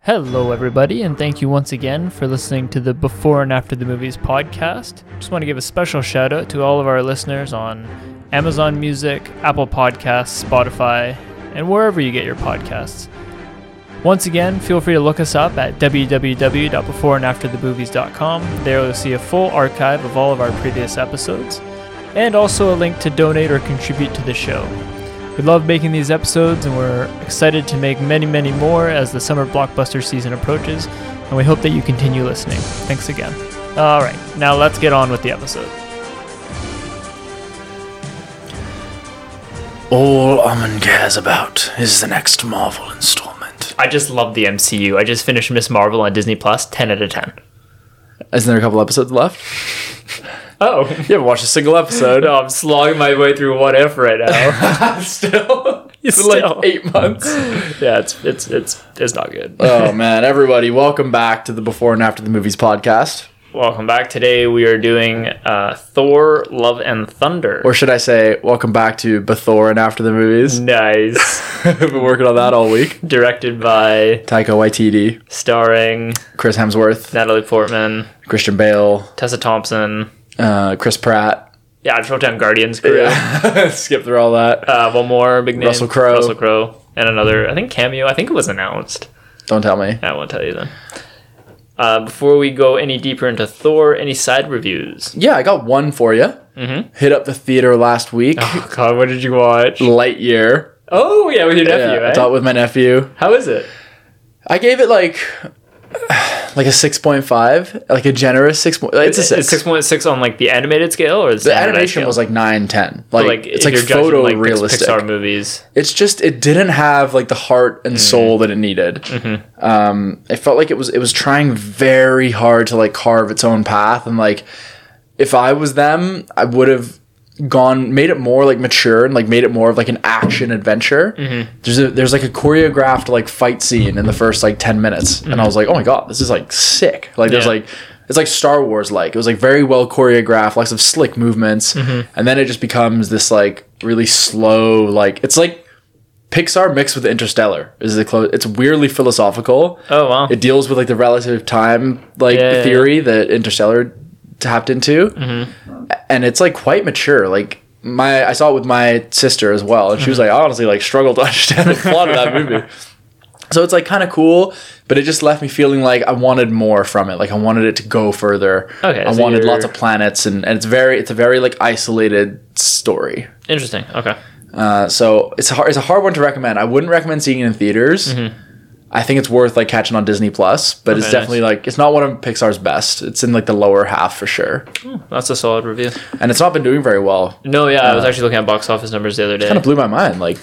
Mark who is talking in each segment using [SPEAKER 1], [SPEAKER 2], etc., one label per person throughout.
[SPEAKER 1] Hello, everybody, and thank you once again for listening to the Before and After the Movies podcast. Just want to give a special shout out to all of our listeners on Amazon Music, Apple Podcasts, Spotify, and wherever you get your podcasts. Once again, feel free to look us up at www.beforeandafterthemovies.com. There you'll see a full archive of all of our previous episodes and also a link to donate or contribute to the show. We love making these episodes and we're excited to make many, many more as the summer blockbuster season approaches, and we hope that you continue listening. Thanks again. All right, now let's get on with the episode.
[SPEAKER 2] All Amon cares about is the next Marvel installment.
[SPEAKER 1] I just love the MCU. I just finished Miss Marvel on Disney Plus, 10 out of 10.
[SPEAKER 2] Isn't there a couple episodes left?
[SPEAKER 1] Oh,
[SPEAKER 2] You haven't watched a single episode.
[SPEAKER 1] no, I'm slogging my way through what if right now.
[SPEAKER 2] Still.
[SPEAKER 1] It's
[SPEAKER 2] like eight months.
[SPEAKER 1] yeah, it's it's it's it's not good.
[SPEAKER 2] oh man, everybody, welcome back to the Before and After the Movies podcast.
[SPEAKER 1] Welcome back. Today we are doing uh, Thor: Love and Thunder.
[SPEAKER 2] Or should I say, welcome back to Before and After the Movies.
[SPEAKER 1] nice.
[SPEAKER 2] I've been working on that all week.
[SPEAKER 1] Directed by,
[SPEAKER 2] Taika Waititi,
[SPEAKER 1] starring
[SPEAKER 2] Chris Hemsworth,
[SPEAKER 1] Natalie Portman,
[SPEAKER 2] Christian Bale,
[SPEAKER 1] Tessa Thompson.
[SPEAKER 2] uh, Chris Pratt.
[SPEAKER 1] Yeah, I just wrote down Guardians crew.
[SPEAKER 2] Skip through all that.
[SPEAKER 1] Uh, one more big name.
[SPEAKER 2] Russell Crowe.
[SPEAKER 1] Russell Crowe. And another, I think cameo. I think it was announced.
[SPEAKER 2] Don't tell me.
[SPEAKER 1] I won't tell you then. Uh, before we go any deeper into Thor, any side reviews?
[SPEAKER 2] Yeah, I got one for you. Mm-hmm. Hit up the theater last week.
[SPEAKER 1] Oh God, what did you watch?
[SPEAKER 2] Lightyear.
[SPEAKER 1] Oh yeah, with your nephew.
[SPEAKER 2] yeah, I
[SPEAKER 1] eh?
[SPEAKER 2] saw it with my nephew.
[SPEAKER 1] How is it?
[SPEAKER 2] I gave it like like a six point five, like a generous six. po- It's a six.
[SPEAKER 1] Six point six on like the animated scale, or is
[SPEAKER 2] the animation was like nine ten. Like, it's like photorealistic.
[SPEAKER 1] Pixar movies.
[SPEAKER 2] it's just it didn't have like the heart and soul that it needed. Um, it felt like it was it was trying very hard to like carve its own path and like if I was them, I would have gone made it more like mature and like made it more of like an action adventure. There's a, there's like a choreographed like fight scene in the first like 10 minutes and I was like, "Oh my god, this is like sick." Like there's
[SPEAKER 1] Yeah.
[SPEAKER 2] like it's like Star Wars like. It was like very well choreographed, lots of slick movements. And then it just becomes this like really slow like it's like Pixar mixed with Interstellar is the close. It's weirdly philosophical
[SPEAKER 1] Oh wow,
[SPEAKER 2] it deals with like the relative time like
[SPEAKER 1] Yeah, Mm-hmm. yeah,
[SPEAKER 2] theory that interstellar tapped into and it's like quite mature like my i saw it with my sister as well and
[SPEAKER 1] Mm-hmm.
[SPEAKER 2] she was like i honestly like struggled to understand the plot of that movie so it's like kind of cool but it just left me feeling like i wanted more from it like i wanted it to go further
[SPEAKER 1] Okay,
[SPEAKER 2] i
[SPEAKER 1] so
[SPEAKER 2] wanted
[SPEAKER 1] you're-
[SPEAKER 2] lots of planets and, and it's very it's a very like isolated story
[SPEAKER 1] interesting. Okay,
[SPEAKER 2] uh, so it's hard. It's a hard one to recommend. I wouldn't recommend seeing it in theaters. I think it's worth like catching on Disney Plus, but it's
[SPEAKER 1] Mm-hmm. Okay,
[SPEAKER 2] definitely like it's not one of Pixar's best. It's in like the lower half for sure,
[SPEAKER 1] that's a solid review.
[SPEAKER 2] and it's not been doing very well.
[SPEAKER 1] No, yeah, I was actually looking at box office numbers the other day.
[SPEAKER 2] Kind of blew my mind. Like,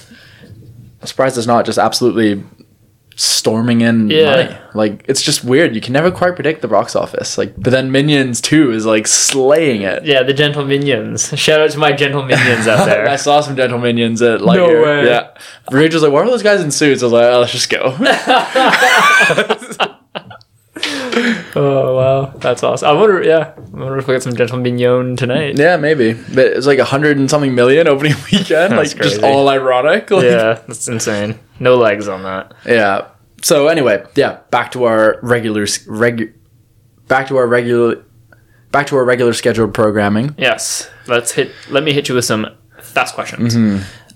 [SPEAKER 2] I'm surprised it's not just absolutely storming in
[SPEAKER 1] Yeah.
[SPEAKER 2] money. Like, it's just weird. You can never quite predict the box office. Like, but then Minions Two is like slaying it.
[SPEAKER 1] yeah, the Gentle Minions. Shout out to my Gentle Minions out
[SPEAKER 2] I
[SPEAKER 1] there.
[SPEAKER 2] saw some gentle minions at like
[SPEAKER 1] way.
[SPEAKER 2] yeah. Rachel's like, why are all those guys in suits? I was like, oh, let's just go.
[SPEAKER 1] oh wow, that's awesome. I wonder, yeah, I wonder if we get some Gentle Minion tonight.
[SPEAKER 2] Yeah, maybe. But it was like a hundred and something million opening weekend. like
[SPEAKER 1] That's
[SPEAKER 2] just
[SPEAKER 1] crazy.
[SPEAKER 2] all ironic. Like,
[SPEAKER 1] Yeah, that's insane. No legs on that.
[SPEAKER 2] yeah. So anyway, yeah, back to our regular regu- back to our regular back to our regular scheduled programming.
[SPEAKER 1] Yes, let's hit. Let me hit you with some fast questions.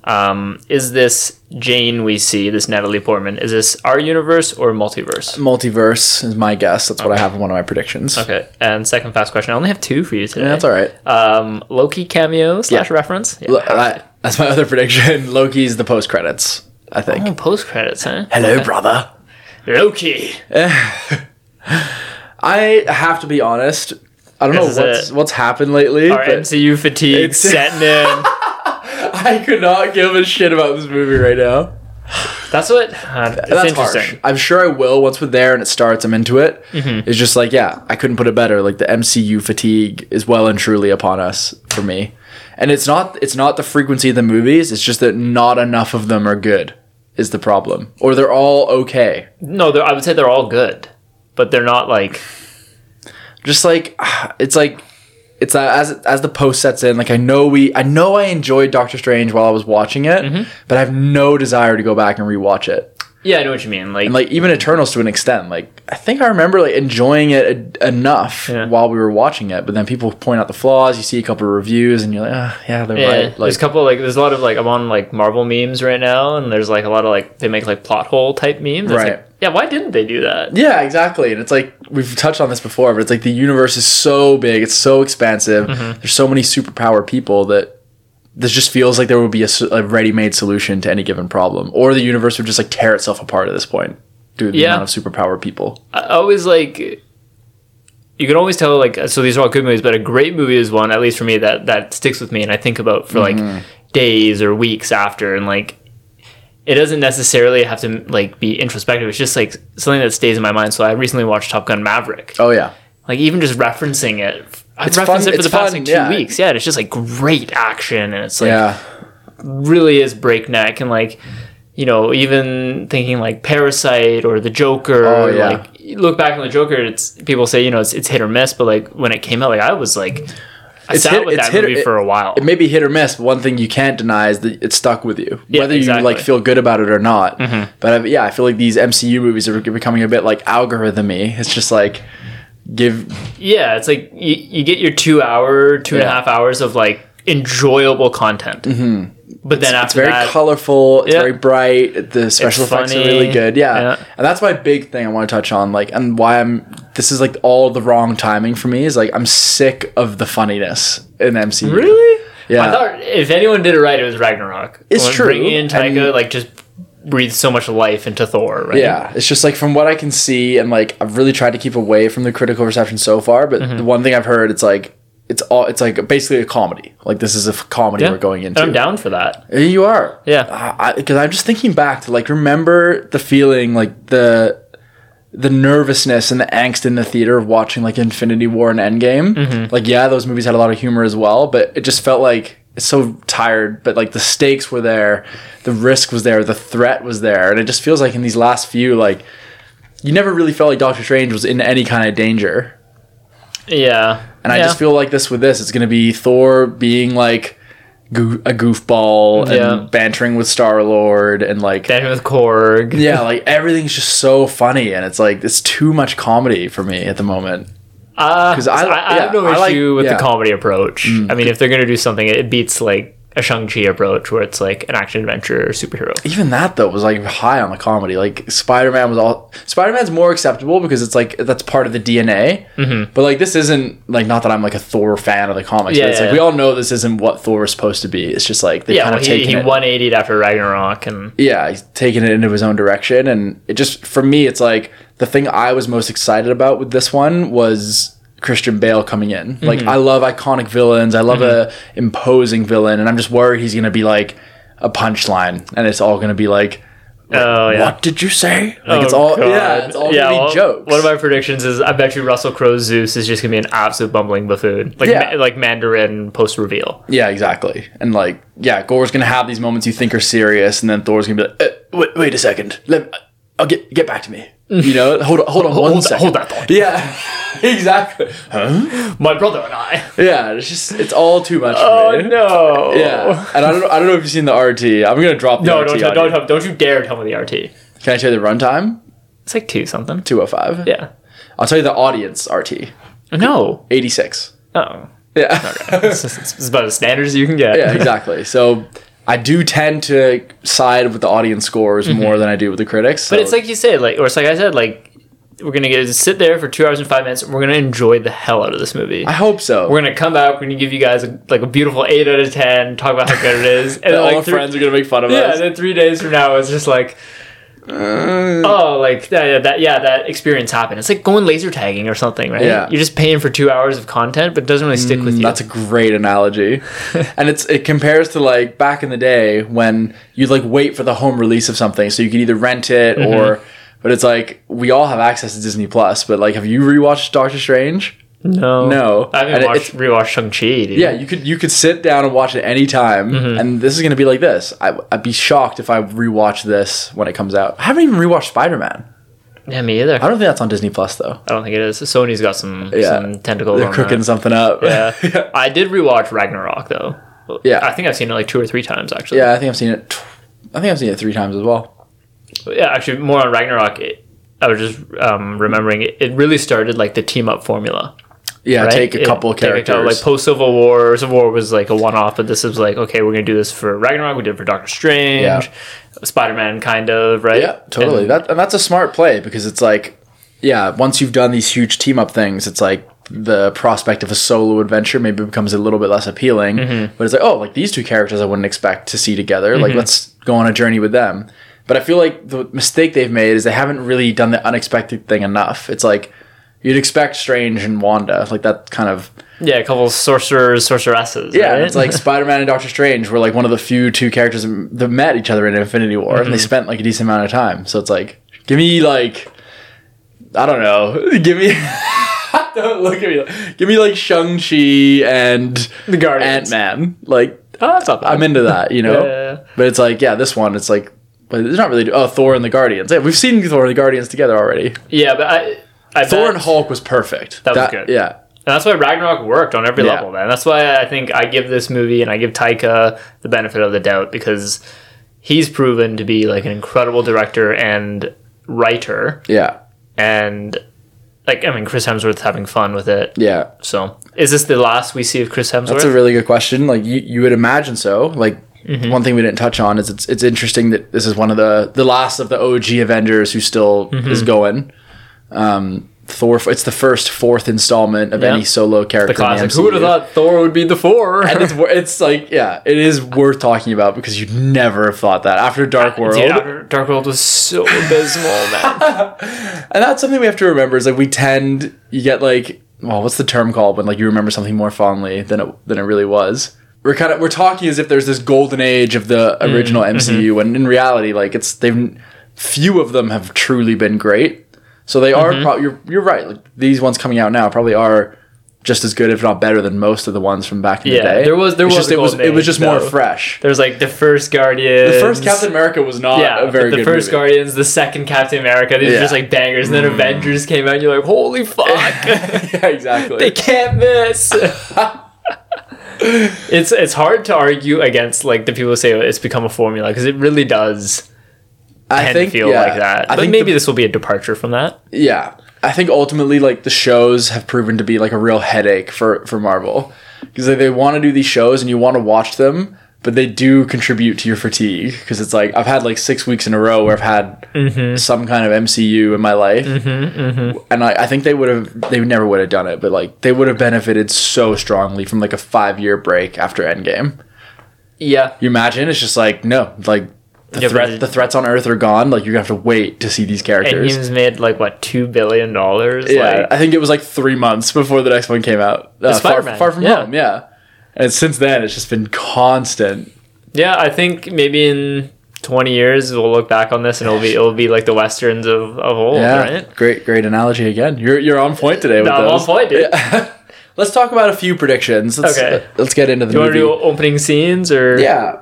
[SPEAKER 1] Um, is this Jane we see? This Natalie Portman? Is this our universe or multiverse?
[SPEAKER 2] Multiverse is my guess. That's what I have in one of my predictions.
[SPEAKER 1] Okay. And second fast question. I only have two for you today.
[SPEAKER 2] Yeah, that's all right.
[SPEAKER 1] Um, Loki cameo slash
[SPEAKER 2] Yeah.
[SPEAKER 1] reference. Yeah.
[SPEAKER 2] Lo- that- that's my other prediction. Loki's the post credits, I think.
[SPEAKER 1] Oh, Post credits, huh?
[SPEAKER 2] Hello, brother.
[SPEAKER 1] Loki.
[SPEAKER 2] I have to be honest. I don't
[SPEAKER 1] This
[SPEAKER 2] know
[SPEAKER 1] is
[SPEAKER 2] what's
[SPEAKER 1] it.
[SPEAKER 2] what's happened lately,
[SPEAKER 1] Our
[SPEAKER 2] but
[SPEAKER 1] MCU fatigue
[SPEAKER 2] It's-
[SPEAKER 1] setting in.
[SPEAKER 2] I could not give a shit about this movie right now.
[SPEAKER 1] That's what. Uh, it's
[SPEAKER 2] That's
[SPEAKER 1] interesting.
[SPEAKER 2] harsh. I'm sure I will once we're there and it starts. I'm into it. It's just like, yeah, I couldn't put it better. Like the MCU fatigue is well and truly upon us for me, and it's not it's not the frequency of the movies. It's just that not enough of them are good is the problem, or they're all okay.
[SPEAKER 1] No, they're- I would say they're all good, but they're not like.
[SPEAKER 2] Just like it's like it's that as as the post sets in. Like I know we I know Mm-hmm. I enjoyed Doctor Strange while I was watching it, but I have no desire to go back and rewatch it.
[SPEAKER 1] Yeah, I know what you mean. Like,
[SPEAKER 2] and like even Eternals to an extent. Like I think I remember like enjoying it en- enough
[SPEAKER 1] Yeah.
[SPEAKER 2] while we were watching it, but then people point out the flaws. You see a couple of reviews, and you're like, ah, yeah, they're
[SPEAKER 1] yeah,
[SPEAKER 2] right. Like
[SPEAKER 1] there's a couple like there's a lot of like I'm on like Marvel memes right now, and there's like a lot of like they make like plot hole type memes. It's
[SPEAKER 2] Right.
[SPEAKER 1] like, yeah, why didn't they do that?
[SPEAKER 2] Yeah, exactly. And it's like we've touched on this before, but it's like the universe is so big, it's so expansive.
[SPEAKER 1] Mm-hmm.
[SPEAKER 2] There's so many superpower people that this just feels like there would be a, s- a ready-made solution to any given problem, or the universe would just like tear itself apart at this point due to the
[SPEAKER 1] Yeah.
[SPEAKER 2] amount of superpower people.
[SPEAKER 1] I I always like you can always tell like so these are all good movies, but a great movie is one at least for me that that sticks with me and I think about for
[SPEAKER 2] Mm-hmm.
[SPEAKER 1] like days or weeks after and like it doesn't necessarily have to like be introspective. It's just like something that stays in my mind. So I recently watched Top Gun Maverick.
[SPEAKER 2] Oh yeah,
[SPEAKER 1] Like even just referencing it, I've
[SPEAKER 2] It's
[SPEAKER 1] referenced
[SPEAKER 2] fun-
[SPEAKER 1] it for the
[SPEAKER 2] it's
[SPEAKER 1] past
[SPEAKER 2] fun,
[SPEAKER 1] like two
[SPEAKER 2] yeah.
[SPEAKER 1] weeks. Yeah, and it's just like great action and it's like
[SPEAKER 2] yeah,
[SPEAKER 1] really is breakneck and like you know even thinking like parasite or the joker
[SPEAKER 2] Oh, yeah.
[SPEAKER 1] like you look back on the joker it's people say you know it's, it's hit or miss but like when it came out like i was like i
[SPEAKER 2] It's
[SPEAKER 1] sat
[SPEAKER 2] hit-
[SPEAKER 1] with
[SPEAKER 2] it's
[SPEAKER 1] that
[SPEAKER 2] hit or-
[SPEAKER 1] movie for a while
[SPEAKER 2] it may be hit or miss, but one thing you can't deny is that it stuck with you,
[SPEAKER 1] Yeah,
[SPEAKER 2] whether you like
[SPEAKER 1] exactly. Mm-hmm.
[SPEAKER 2] feel good about it or not. But I, yeah, I feel like these MCU movies are becoming a bit like algorithmy. It's just like give
[SPEAKER 1] yeah it's like you, you get your two hour two and a
[SPEAKER 2] Yeah. Mm-hmm.
[SPEAKER 1] half hours of like enjoyable content but then
[SPEAKER 2] It's
[SPEAKER 1] after
[SPEAKER 2] very
[SPEAKER 1] that
[SPEAKER 2] colorful. It's
[SPEAKER 1] Yeah.
[SPEAKER 2] very bright. The special effects
[SPEAKER 1] funny.
[SPEAKER 2] are really good. Yeah.
[SPEAKER 1] Yeah.
[SPEAKER 2] and that's my big thing I want to touch on. Like, and why I'm this is like all the wrong timing for me is like I'm sick of the funniness in MCU.
[SPEAKER 1] really
[SPEAKER 2] Yeah.
[SPEAKER 1] i thought if anyone did it right it was ragnarok
[SPEAKER 2] It's
[SPEAKER 1] When
[SPEAKER 2] true,
[SPEAKER 1] bringing in taika
[SPEAKER 2] and-
[SPEAKER 1] like just breathes so much life into thor right
[SPEAKER 2] Yeah, it's just like from what I can see, and like I've really tried to keep away from the critical reception so far. But
[SPEAKER 1] Mm-hmm.
[SPEAKER 2] the one thing I've heard, it's like it's all it's like basically a comedy. Like this is a f- comedy
[SPEAKER 1] yeah.
[SPEAKER 2] we're going
[SPEAKER 1] And
[SPEAKER 2] into.
[SPEAKER 1] i'm down for that
[SPEAKER 2] Yeah, You are.
[SPEAKER 1] Yeah.
[SPEAKER 2] Because I'm just thinking back to like remember the feeling, like the the nervousness and the angst in the theater of watching like Infinity War and Endgame.
[SPEAKER 1] Mm-hmm.
[SPEAKER 2] Like yeah, those movies had a lot of humor as well, but it just felt like it's so tired. But like the stakes were there, the risk was there, the threat was there, and it just feels like in these last few like. You never really felt like Doctor Strange was in any kind of danger.
[SPEAKER 1] yeah
[SPEAKER 2] And I
[SPEAKER 1] Yeah.
[SPEAKER 2] just feel like this with this, it's going to be Thor being like goo- a goofball
[SPEAKER 1] Yeah.
[SPEAKER 2] and bantering with Star Lord and like
[SPEAKER 1] Dancing with Korg.
[SPEAKER 2] yeah, like everything's just so funny and it's like it's too much comedy for me at the moment.
[SPEAKER 1] Uh,
[SPEAKER 2] 'Cause I-
[SPEAKER 1] I, I have
[SPEAKER 2] yeah,
[SPEAKER 1] no
[SPEAKER 2] I like-
[SPEAKER 1] issue with
[SPEAKER 2] yeah. Mm.
[SPEAKER 1] the comedy approach. I mean, if they're going to do something, it beats like a Shang-Chi approach where it's like an action adventure superhero.
[SPEAKER 2] Even that though was like high on the comedy. Like Spider Man was all Spider Man's more acceptable because it's like that's part of the DNA. Mm-hmm. But like this isn't like not that I'm like a Thor fan of the comics.
[SPEAKER 1] Yeah,
[SPEAKER 2] but it's like
[SPEAKER 1] yeah.
[SPEAKER 2] we all know this isn't what Thor is supposed to be. It's just like they
[SPEAKER 1] Yeah,
[SPEAKER 2] kind
[SPEAKER 1] well,
[SPEAKER 2] of
[SPEAKER 1] he,
[SPEAKER 2] taking
[SPEAKER 1] he
[SPEAKER 2] it.
[SPEAKER 1] 180'd after Ragnarok and
[SPEAKER 2] yeah, he's taking it into his own direction. And it just, for me, it's like the thing I was most excited about with this one was Christian Bale coming in. Like,
[SPEAKER 1] Mm-hmm.
[SPEAKER 2] I love iconic villains. I love a imposing villain. And I'm just worried he's going to be like a punchline and it's all going to be like,
[SPEAKER 1] oh yeah.
[SPEAKER 2] what did you say? Like, it's
[SPEAKER 1] Oh,
[SPEAKER 2] all,
[SPEAKER 1] God.
[SPEAKER 2] yeah, it's all going to be
[SPEAKER 1] well,
[SPEAKER 2] jokes.
[SPEAKER 1] One of my predictions is I bet you Russell Crowe's Zeus is just gonna be an absolute bumbling buffoon, like
[SPEAKER 2] Yeah.
[SPEAKER 1] ma- like Mandarin post reveal.
[SPEAKER 2] yeah, exactly. And like, yeah, Gore's going to have these moments you think are serious. And then Thor's going to be like, eh, wait, wait a second. Let, I'll get, get back to me. You know, hold on, hold on one
[SPEAKER 1] hold that-
[SPEAKER 2] second.
[SPEAKER 1] hold that thought.
[SPEAKER 2] Yeah, exactly.
[SPEAKER 1] My brother and I.
[SPEAKER 2] Yeah, it's just it's all too much.
[SPEAKER 1] Oh
[SPEAKER 2] for me.
[SPEAKER 1] no.
[SPEAKER 2] Yeah, and I don't know. I don't know if you've seen the RT. I'm gonna drop the
[SPEAKER 1] No, don't tell,
[SPEAKER 2] RT. on
[SPEAKER 1] don't
[SPEAKER 2] you.
[SPEAKER 1] tell, don't you dare tell me the RT.
[SPEAKER 2] Can I tell you the runtime?
[SPEAKER 1] It's like two something.
[SPEAKER 2] 205.
[SPEAKER 1] Yeah.
[SPEAKER 2] I'll tell you the audience RT.
[SPEAKER 1] No.
[SPEAKER 2] 86.
[SPEAKER 1] Oh.
[SPEAKER 2] Yeah.
[SPEAKER 1] it's, it's about as standard as you can get.
[SPEAKER 2] yeah, exactly. So I do tend to side with the audience scores more than I do with the critics.
[SPEAKER 1] Mm-hmm. But
[SPEAKER 2] so-
[SPEAKER 1] it's like you said, like or it's like I said, like we're gonna get sit there for two hours and five minutes, and we're gonna enjoy the hell out of this movie.
[SPEAKER 2] I hope so.
[SPEAKER 1] We're gonna come back, we're gonna give you guys a, like a beautiful eight out of ten, talk about how good it is, and then,
[SPEAKER 2] all
[SPEAKER 1] like
[SPEAKER 2] our
[SPEAKER 1] three,
[SPEAKER 2] friends are gonna make fun of
[SPEAKER 1] yeah,
[SPEAKER 2] us.
[SPEAKER 1] and then three days from now it's just like. oh, like that, that, yeah, that experience happened. It's like going laser tagging or something, right?
[SPEAKER 2] Yeah. Mm,
[SPEAKER 1] You're just paying for two hours of content, but it doesn't really stick with you.
[SPEAKER 2] That's a great analogy. and it's it compares to like back in the day when you'd like wait for the home release of something so you could either rent it
[SPEAKER 1] Mm-hmm.
[SPEAKER 2] or but it's like we all have access to Disney Plus, but like have you rewatched Doctor Strange?
[SPEAKER 1] no,
[SPEAKER 2] No.
[SPEAKER 1] Oh, I
[SPEAKER 2] And
[SPEAKER 1] haven't
[SPEAKER 2] it-
[SPEAKER 1] watched rewatched Shang Chi.
[SPEAKER 2] Yeah, you could you could sit down and watch it anytime
[SPEAKER 1] Mm-hmm.
[SPEAKER 2] and this is going to be like this. I I'd be shocked if I rewatch this when it comes out. I haven't even rewatched Spider-Man.
[SPEAKER 1] yeah, me either.
[SPEAKER 2] I don't think that's on Disney Plus though.
[SPEAKER 1] I don't think it is. Sony's got some
[SPEAKER 2] Yeah.
[SPEAKER 1] some tentacles.
[SPEAKER 2] They're
[SPEAKER 1] on
[SPEAKER 2] cooking
[SPEAKER 1] That.
[SPEAKER 2] something up.
[SPEAKER 1] Yeah, Uh, I did rewatch Ragnarok though.
[SPEAKER 2] Yeah.
[SPEAKER 1] I think I've seen it like two or three times actually.
[SPEAKER 2] yeah, I think I've seen it tw- I think I've seen it 3 times as well.
[SPEAKER 1] yeah, actually, more on Ragnarok. It, I was just um, remembering it, it really started like the team up formula.
[SPEAKER 2] Yeah,
[SPEAKER 1] right?
[SPEAKER 2] take a
[SPEAKER 1] It-
[SPEAKER 2] couple of
[SPEAKER 1] take a
[SPEAKER 2] characters.
[SPEAKER 1] couple- like post Civil War, Civil War was like a one off, but this is like okay, we're gonna do this for Ragnarok. We did it for Doctor Strange,
[SPEAKER 2] Yeah.
[SPEAKER 1] Spider Man, kind of right.
[SPEAKER 2] yeah, totally.
[SPEAKER 1] And-
[SPEAKER 2] that and that's a smart play because it's like, yeah, once you've done these huge team up things, it's like the prospect of a solo adventure maybe becomes a little bit less appealing.
[SPEAKER 1] Mm-hmm.
[SPEAKER 2] But it's like, oh, like these two characters I wouldn't expect to see together. Like let's go on a journey with them. But I feel like the mistake they've made is they haven't really done the unexpected thing enough. It's like you'd expect Strange and Wanda, like that kind of
[SPEAKER 1] yeah, a couple of sorcerers, sorceresses.
[SPEAKER 2] yeah,
[SPEAKER 1] right?
[SPEAKER 2] it's like Spider Man and Doctor Strange were like one of the few two characters that met each other in Infinity War,
[SPEAKER 1] Mm-hmm.
[SPEAKER 2] and they spent like a decent amount of time. So it's like, give me like, I don't know, give me. don't look at me. like- Give me like Shang Chi and
[SPEAKER 1] the
[SPEAKER 2] Ant
[SPEAKER 1] Guardians.
[SPEAKER 2] Man. Like
[SPEAKER 1] Oh, that's not bad.
[SPEAKER 2] I'm into that, you know.
[SPEAKER 1] Yeah.
[SPEAKER 2] But it's like, yeah, this one, it's like, but it's not really. Oh, Thor and the Guardians. Yeah, we've seen Thor and the Guardians together already.
[SPEAKER 1] yeah, but I, I
[SPEAKER 2] Thor
[SPEAKER 1] bet-
[SPEAKER 2] and Hulk was perfect.
[SPEAKER 1] That was good.
[SPEAKER 2] Yeah,
[SPEAKER 1] And that's why Ragnarok worked on every
[SPEAKER 2] Yeah.
[SPEAKER 1] level, man. That's why I think I give this movie and I give Taika the benefit of the doubt because he's proven to be like an incredible director and writer.
[SPEAKER 2] yeah,
[SPEAKER 1] And like, I mean, Chris Hemsworth's having fun with it.
[SPEAKER 2] yeah.
[SPEAKER 1] So, is this the last we see of Chris Hemsworth?
[SPEAKER 2] That's a really good question. Like you, you would imagine so. Like
[SPEAKER 1] Mm-hmm.
[SPEAKER 2] one thing we didn't touch on is it's it's interesting that this is one of the the last of the OG Avengers who still
[SPEAKER 1] Mm-hmm.
[SPEAKER 2] is going. Um, Thor. It's the first fourth installment of
[SPEAKER 1] Yeah.
[SPEAKER 2] any solo character.
[SPEAKER 1] the classic.
[SPEAKER 2] In the
[SPEAKER 1] Who would have
[SPEAKER 2] MCU.
[SPEAKER 1] thought Thor would be the four?
[SPEAKER 2] And it's wor- it's like yeah, it is worth talking about because you'd never have thought that after Dark World.
[SPEAKER 1] Dude, Dark- Dark World was so abysmal, man.
[SPEAKER 2] And that's something we have to remember is like we tend you get like well, what's the term called when like you remember something more fondly than it than it really was. We're kind of we're talking as if there's this golden age of the
[SPEAKER 1] Mm-hmm.
[SPEAKER 2] original MCU when in reality like it's they've few of them have truly been great. So they
[SPEAKER 1] Mm-hmm.
[SPEAKER 2] are pro- you're you're right. Like these ones coming out now probably are just as good if not better than most of the ones from back in
[SPEAKER 1] Yeah,
[SPEAKER 2] the day.
[SPEAKER 1] there was- there
[SPEAKER 2] It's
[SPEAKER 1] was
[SPEAKER 2] just,
[SPEAKER 1] a
[SPEAKER 2] it was
[SPEAKER 1] golden
[SPEAKER 2] it was
[SPEAKER 1] age,
[SPEAKER 2] just more
[SPEAKER 1] though.
[SPEAKER 2] fresh.
[SPEAKER 1] There's like the first Guardian.
[SPEAKER 2] The first Captain America was not
[SPEAKER 1] yeah,
[SPEAKER 2] a very
[SPEAKER 1] the
[SPEAKER 2] good
[SPEAKER 1] first
[SPEAKER 2] movie.
[SPEAKER 1] Guardians, the second Captain America, these
[SPEAKER 2] Yeah. Mm.
[SPEAKER 1] are just like bangers. And then Avengers came out, and you're like, holy fuck,
[SPEAKER 2] yeah, exactly.
[SPEAKER 1] they can't miss. it's it's hard to argue against like the people who say it's become a formula because it really does
[SPEAKER 2] I
[SPEAKER 1] tend to feel
[SPEAKER 2] yeah,
[SPEAKER 1] like that.
[SPEAKER 2] I
[SPEAKER 1] but
[SPEAKER 2] think
[SPEAKER 1] maybe this will be a departure from that.
[SPEAKER 2] yeah i think ultimately like the shows have proven to be like a real headache for for marvel because like, they want to do these shows and you want to watch them but they do contribute to your fatigue because it's like i've had like six weeks in a row where i've had
[SPEAKER 1] Mm-hmm.
[SPEAKER 2] some kind of mcu in my life and I, I think they would have they never would have done it but like they would have benefited so strongly from like a five year break after endgame
[SPEAKER 1] Yeah,
[SPEAKER 2] you imagine it's just like no like the,
[SPEAKER 1] Yeah, but
[SPEAKER 2] threat,
[SPEAKER 1] it-
[SPEAKER 2] the threats on earth are gone like you have to wait to see these
[SPEAKER 1] and
[SPEAKER 2] characters
[SPEAKER 1] he was made like what two billion dollars.
[SPEAKER 2] yeah,
[SPEAKER 1] like,
[SPEAKER 2] I think it was like three months before the next one came out. Uh, far,
[SPEAKER 1] Spider-Man,
[SPEAKER 2] far from
[SPEAKER 1] yeah.
[SPEAKER 2] home, yeah. And since then, it's just been constant.
[SPEAKER 1] yeah. I think maybe in. 20 years we'll look back on this and it'll be it'll be like the westerns of, of old
[SPEAKER 2] Yeah,
[SPEAKER 1] right
[SPEAKER 2] great, great analogy again. You're you're on point today with
[SPEAKER 1] No, I'm on
[SPEAKER 2] those.
[SPEAKER 1] point, dude.
[SPEAKER 2] Yeah. let's talk about a few predictions. Let's, uh,
[SPEAKER 1] Okay.
[SPEAKER 2] let's get into the
[SPEAKER 1] you want to
[SPEAKER 2] movie.
[SPEAKER 1] do opening scenes or
[SPEAKER 2] yeah.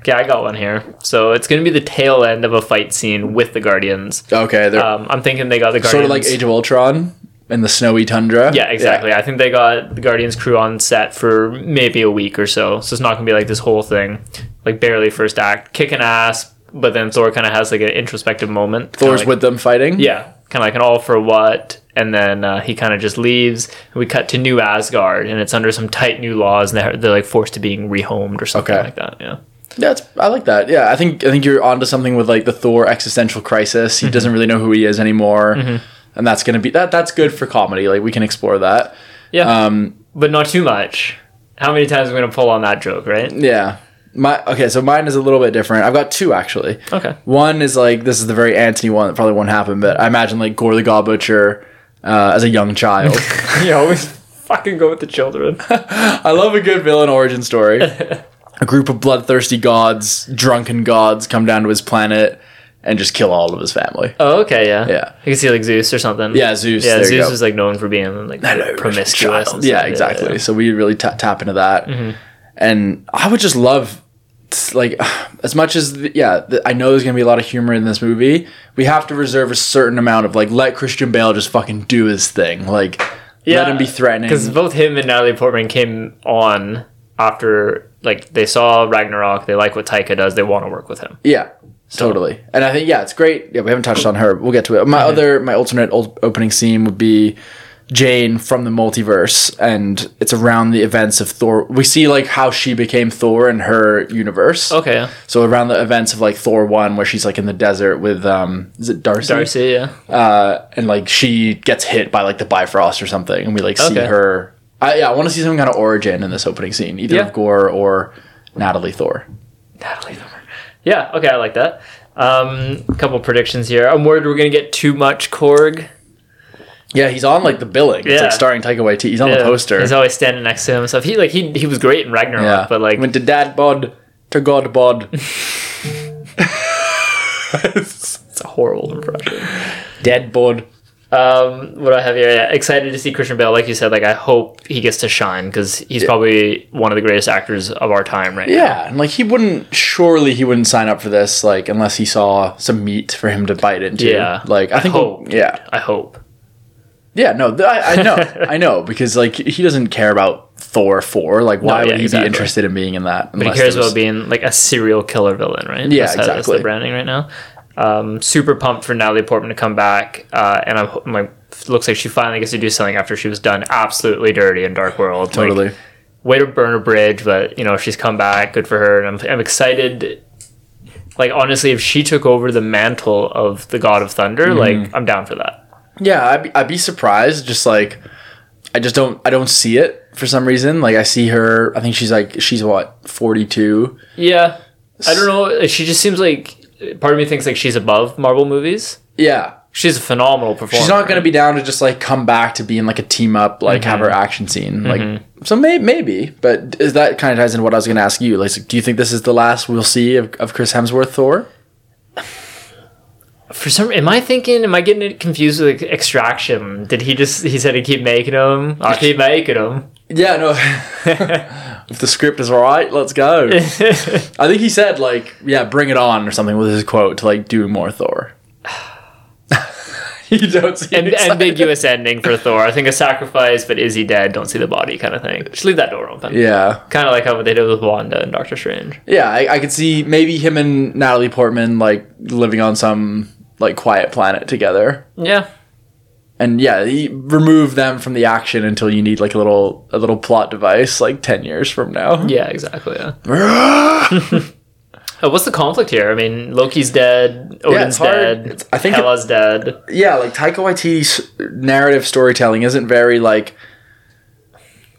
[SPEAKER 1] Okay, I got one here. So it's gonna be the tail end of a fight scene with the Guardians.
[SPEAKER 2] Okay, they're
[SPEAKER 1] Um, I'm thinking they got the Guardians.
[SPEAKER 2] sort of like Age of Ultron in the snowy tundra.
[SPEAKER 1] yeah, exactly. I think they got the Guardians crew on set for maybe a week or so. So it's not gonna be like this whole thing, like barely first act, kicking ass, but then Thor kind of has like an introspective moment. Kinda
[SPEAKER 2] Thor's
[SPEAKER 1] like,
[SPEAKER 2] with them fighting.
[SPEAKER 1] yeah, kind of like an all for what, and then uh, he kind of just leaves. We cut to New Asgard, and it's under some tight new laws, and they're, they're like forced to being rehomed or something
[SPEAKER 2] Okay.
[SPEAKER 1] like that. Yeah.
[SPEAKER 2] That's I like that. Yeah, I think I think you're onto something with like the Thor existential crisis. He doesn't really know who he is anymore, and that's gonna be that. That's good for comedy. Like we can explore that.
[SPEAKER 1] Yeah.
[SPEAKER 2] Um,
[SPEAKER 1] but not too much. How many times are we gonna pull on that joke, right?
[SPEAKER 2] yeah. My okay, so mine is a little bit different. I've got two actually.
[SPEAKER 1] Okay.
[SPEAKER 2] One is like this is the very Antony one that probably won't happen, but I imagine like Gore the God Butcher uh, as a young child.
[SPEAKER 1] You always fucking go with the children.
[SPEAKER 2] I love a good villain origin story. a group of bloodthirsty gods, drunken gods, come down to his planet and just kill all of his family.
[SPEAKER 1] oh, okay, yeah.
[SPEAKER 2] Yeah.
[SPEAKER 1] You can see like Zeus or something.
[SPEAKER 2] Yeah, Zeus,
[SPEAKER 1] Yeah,
[SPEAKER 2] there you
[SPEAKER 1] Zeus
[SPEAKER 2] go.
[SPEAKER 1] is like known for being like promiscuous. and
[SPEAKER 2] Yeah, Mm-hmm.
[SPEAKER 1] stuff,
[SPEAKER 2] exactly. So we really ta tap into that, and I would just love, like, as much as the, yeah, the, I know there's gonna be a lot of humor in this movie. We have to reserve a certain amount of like let Christian Bale just fucking do his thing, like let him be threatening.
[SPEAKER 1] Because both him and Natalie Portman came on after like they saw Ragnarok. They like what Taika does. They want to work with him.
[SPEAKER 2] Yeah,
[SPEAKER 1] So,
[SPEAKER 2] Totally. And I think yeah, it's great. Yeah, we haven't touched on her. We'll get to it. My other my alternate ol- opening scene would be Jane from the multiverse and it's around the events of Thor. We see like how she became Thor in her universe.
[SPEAKER 1] Okay. yeah.
[SPEAKER 2] So around the events of like Thor 1 where she's like in the desert with um is it Darcy?
[SPEAKER 1] Darcy, yeah.
[SPEAKER 2] Uh and like she gets hit by like the Bifrost or something and we like see
[SPEAKER 1] Okay.
[SPEAKER 2] her I yeah, I want to see some kind of origin in this opening scene, either
[SPEAKER 1] Yeah.
[SPEAKER 2] of Gore or Natalie Thor.
[SPEAKER 1] Natalie Dormer. Yeah, okay, I like that. Um, a couple predictions here. I'm worried we're gonna get too much Korg.
[SPEAKER 2] Yeah, he's on like the billing. It's
[SPEAKER 1] Yeah.
[SPEAKER 2] like starring Taika Waititi. He's on the
[SPEAKER 1] Yeah,
[SPEAKER 2] poster.
[SPEAKER 1] He's always standing next to him. and stuff. he like he he was great in Ragnarok,
[SPEAKER 2] Yeah,
[SPEAKER 1] but like
[SPEAKER 2] went to dad bod to god bod.
[SPEAKER 1] it's a horrible impression.
[SPEAKER 2] Dead bod.
[SPEAKER 1] Um, what do I have here? Yeah, excited to see Christian Bale. Like you said, like I hope he gets to shine because he's probably one of the greatest actors of our time right now.
[SPEAKER 2] Yeah, and like he wouldn't. Surely he wouldn't sign up for this. Like unless he saw some meat for him to bite into.
[SPEAKER 1] Yeah.
[SPEAKER 2] Like I,
[SPEAKER 1] I
[SPEAKER 2] think.
[SPEAKER 1] hope.
[SPEAKER 2] Yeah.
[SPEAKER 1] I hope.
[SPEAKER 2] Yeah. No. Th- I, I know. I know because like he doesn't care about Thor four. Like why
[SPEAKER 1] yeah,
[SPEAKER 2] would he
[SPEAKER 1] exactly.
[SPEAKER 2] be interested in being in that?
[SPEAKER 1] But he
[SPEAKER 2] unless
[SPEAKER 1] cares
[SPEAKER 2] there was-
[SPEAKER 1] about being like a serial killer villain, right?
[SPEAKER 2] Yeah,
[SPEAKER 1] that's, how- That's the
[SPEAKER 2] exactly.
[SPEAKER 1] branding right now. Um, super pumped for Natalie Portman to come back, uh, and I'm, ho- I'm like, looks like she finally gets to do something after she was done absolutely dirty in Dark World. Like,
[SPEAKER 2] Totally.
[SPEAKER 1] way to burn a bridge, but you know she's come back. Good for her, and I'm, I'm excited. Like honestly, if she took over the mantle of the God of Thunder,
[SPEAKER 2] Mm-hmm.
[SPEAKER 1] like I'm down for that.
[SPEAKER 2] Yeah, I'd be, I'd be surprised. Just like I just don't I don't see it for some reason. Like I see her. I think she's like she's what forty two.
[SPEAKER 1] Yeah, I don't know. She just seems like part of me thinks like she's above Marvel movies.
[SPEAKER 2] Yeah,
[SPEAKER 1] She's a phenomenal performer.
[SPEAKER 2] she's not going to be down to just like come back to being like a team up, like
[SPEAKER 1] Mm-hmm.
[SPEAKER 2] have her action scene. Like so, may- maybe. But is that kind of ties into what I was going to ask you? Like, do you think this is the last we'll see of, of Chris Hemsworth Thor?
[SPEAKER 1] For some, am I thinking? Am I getting it confused with like, extraction? Did he just? He said he keep making them. I keep making them.
[SPEAKER 2] Yeah, no. if the script is all right, let's go. I think he said like, yeah, bring it on or something with his quote to like do more Thor. you don't see
[SPEAKER 1] Am-
[SPEAKER 2] excited.
[SPEAKER 1] ambiguous ending for Thor. I think a sacrifice, but is he dead? Don't see the body, kind of thing. Just leave that door open.
[SPEAKER 2] Yeah,
[SPEAKER 1] Kind of like how they did with Wanda and Doctor Strange.
[SPEAKER 2] yeah, I, I could see maybe him and Natalie Portman like living on some like quiet planet together.
[SPEAKER 1] Yeah,
[SPEAKER 2] and yeah, you remove them from the action until you need like a little a little plot device like ten years from now.
[SPEAKER 1] yeah, exactly. Yeah. Uh, what's the conflict here? I mean, Loki's dead. Odin's
[SPEAKER 2] hard.
[SPEAKER 1] dead.
[SPEAKER 2] It's- I think it-
[SPEAKER 1] Hela's dead.
[SPEAKER 2] yeah, like Taika Waititi's narrative storytelling isn't very like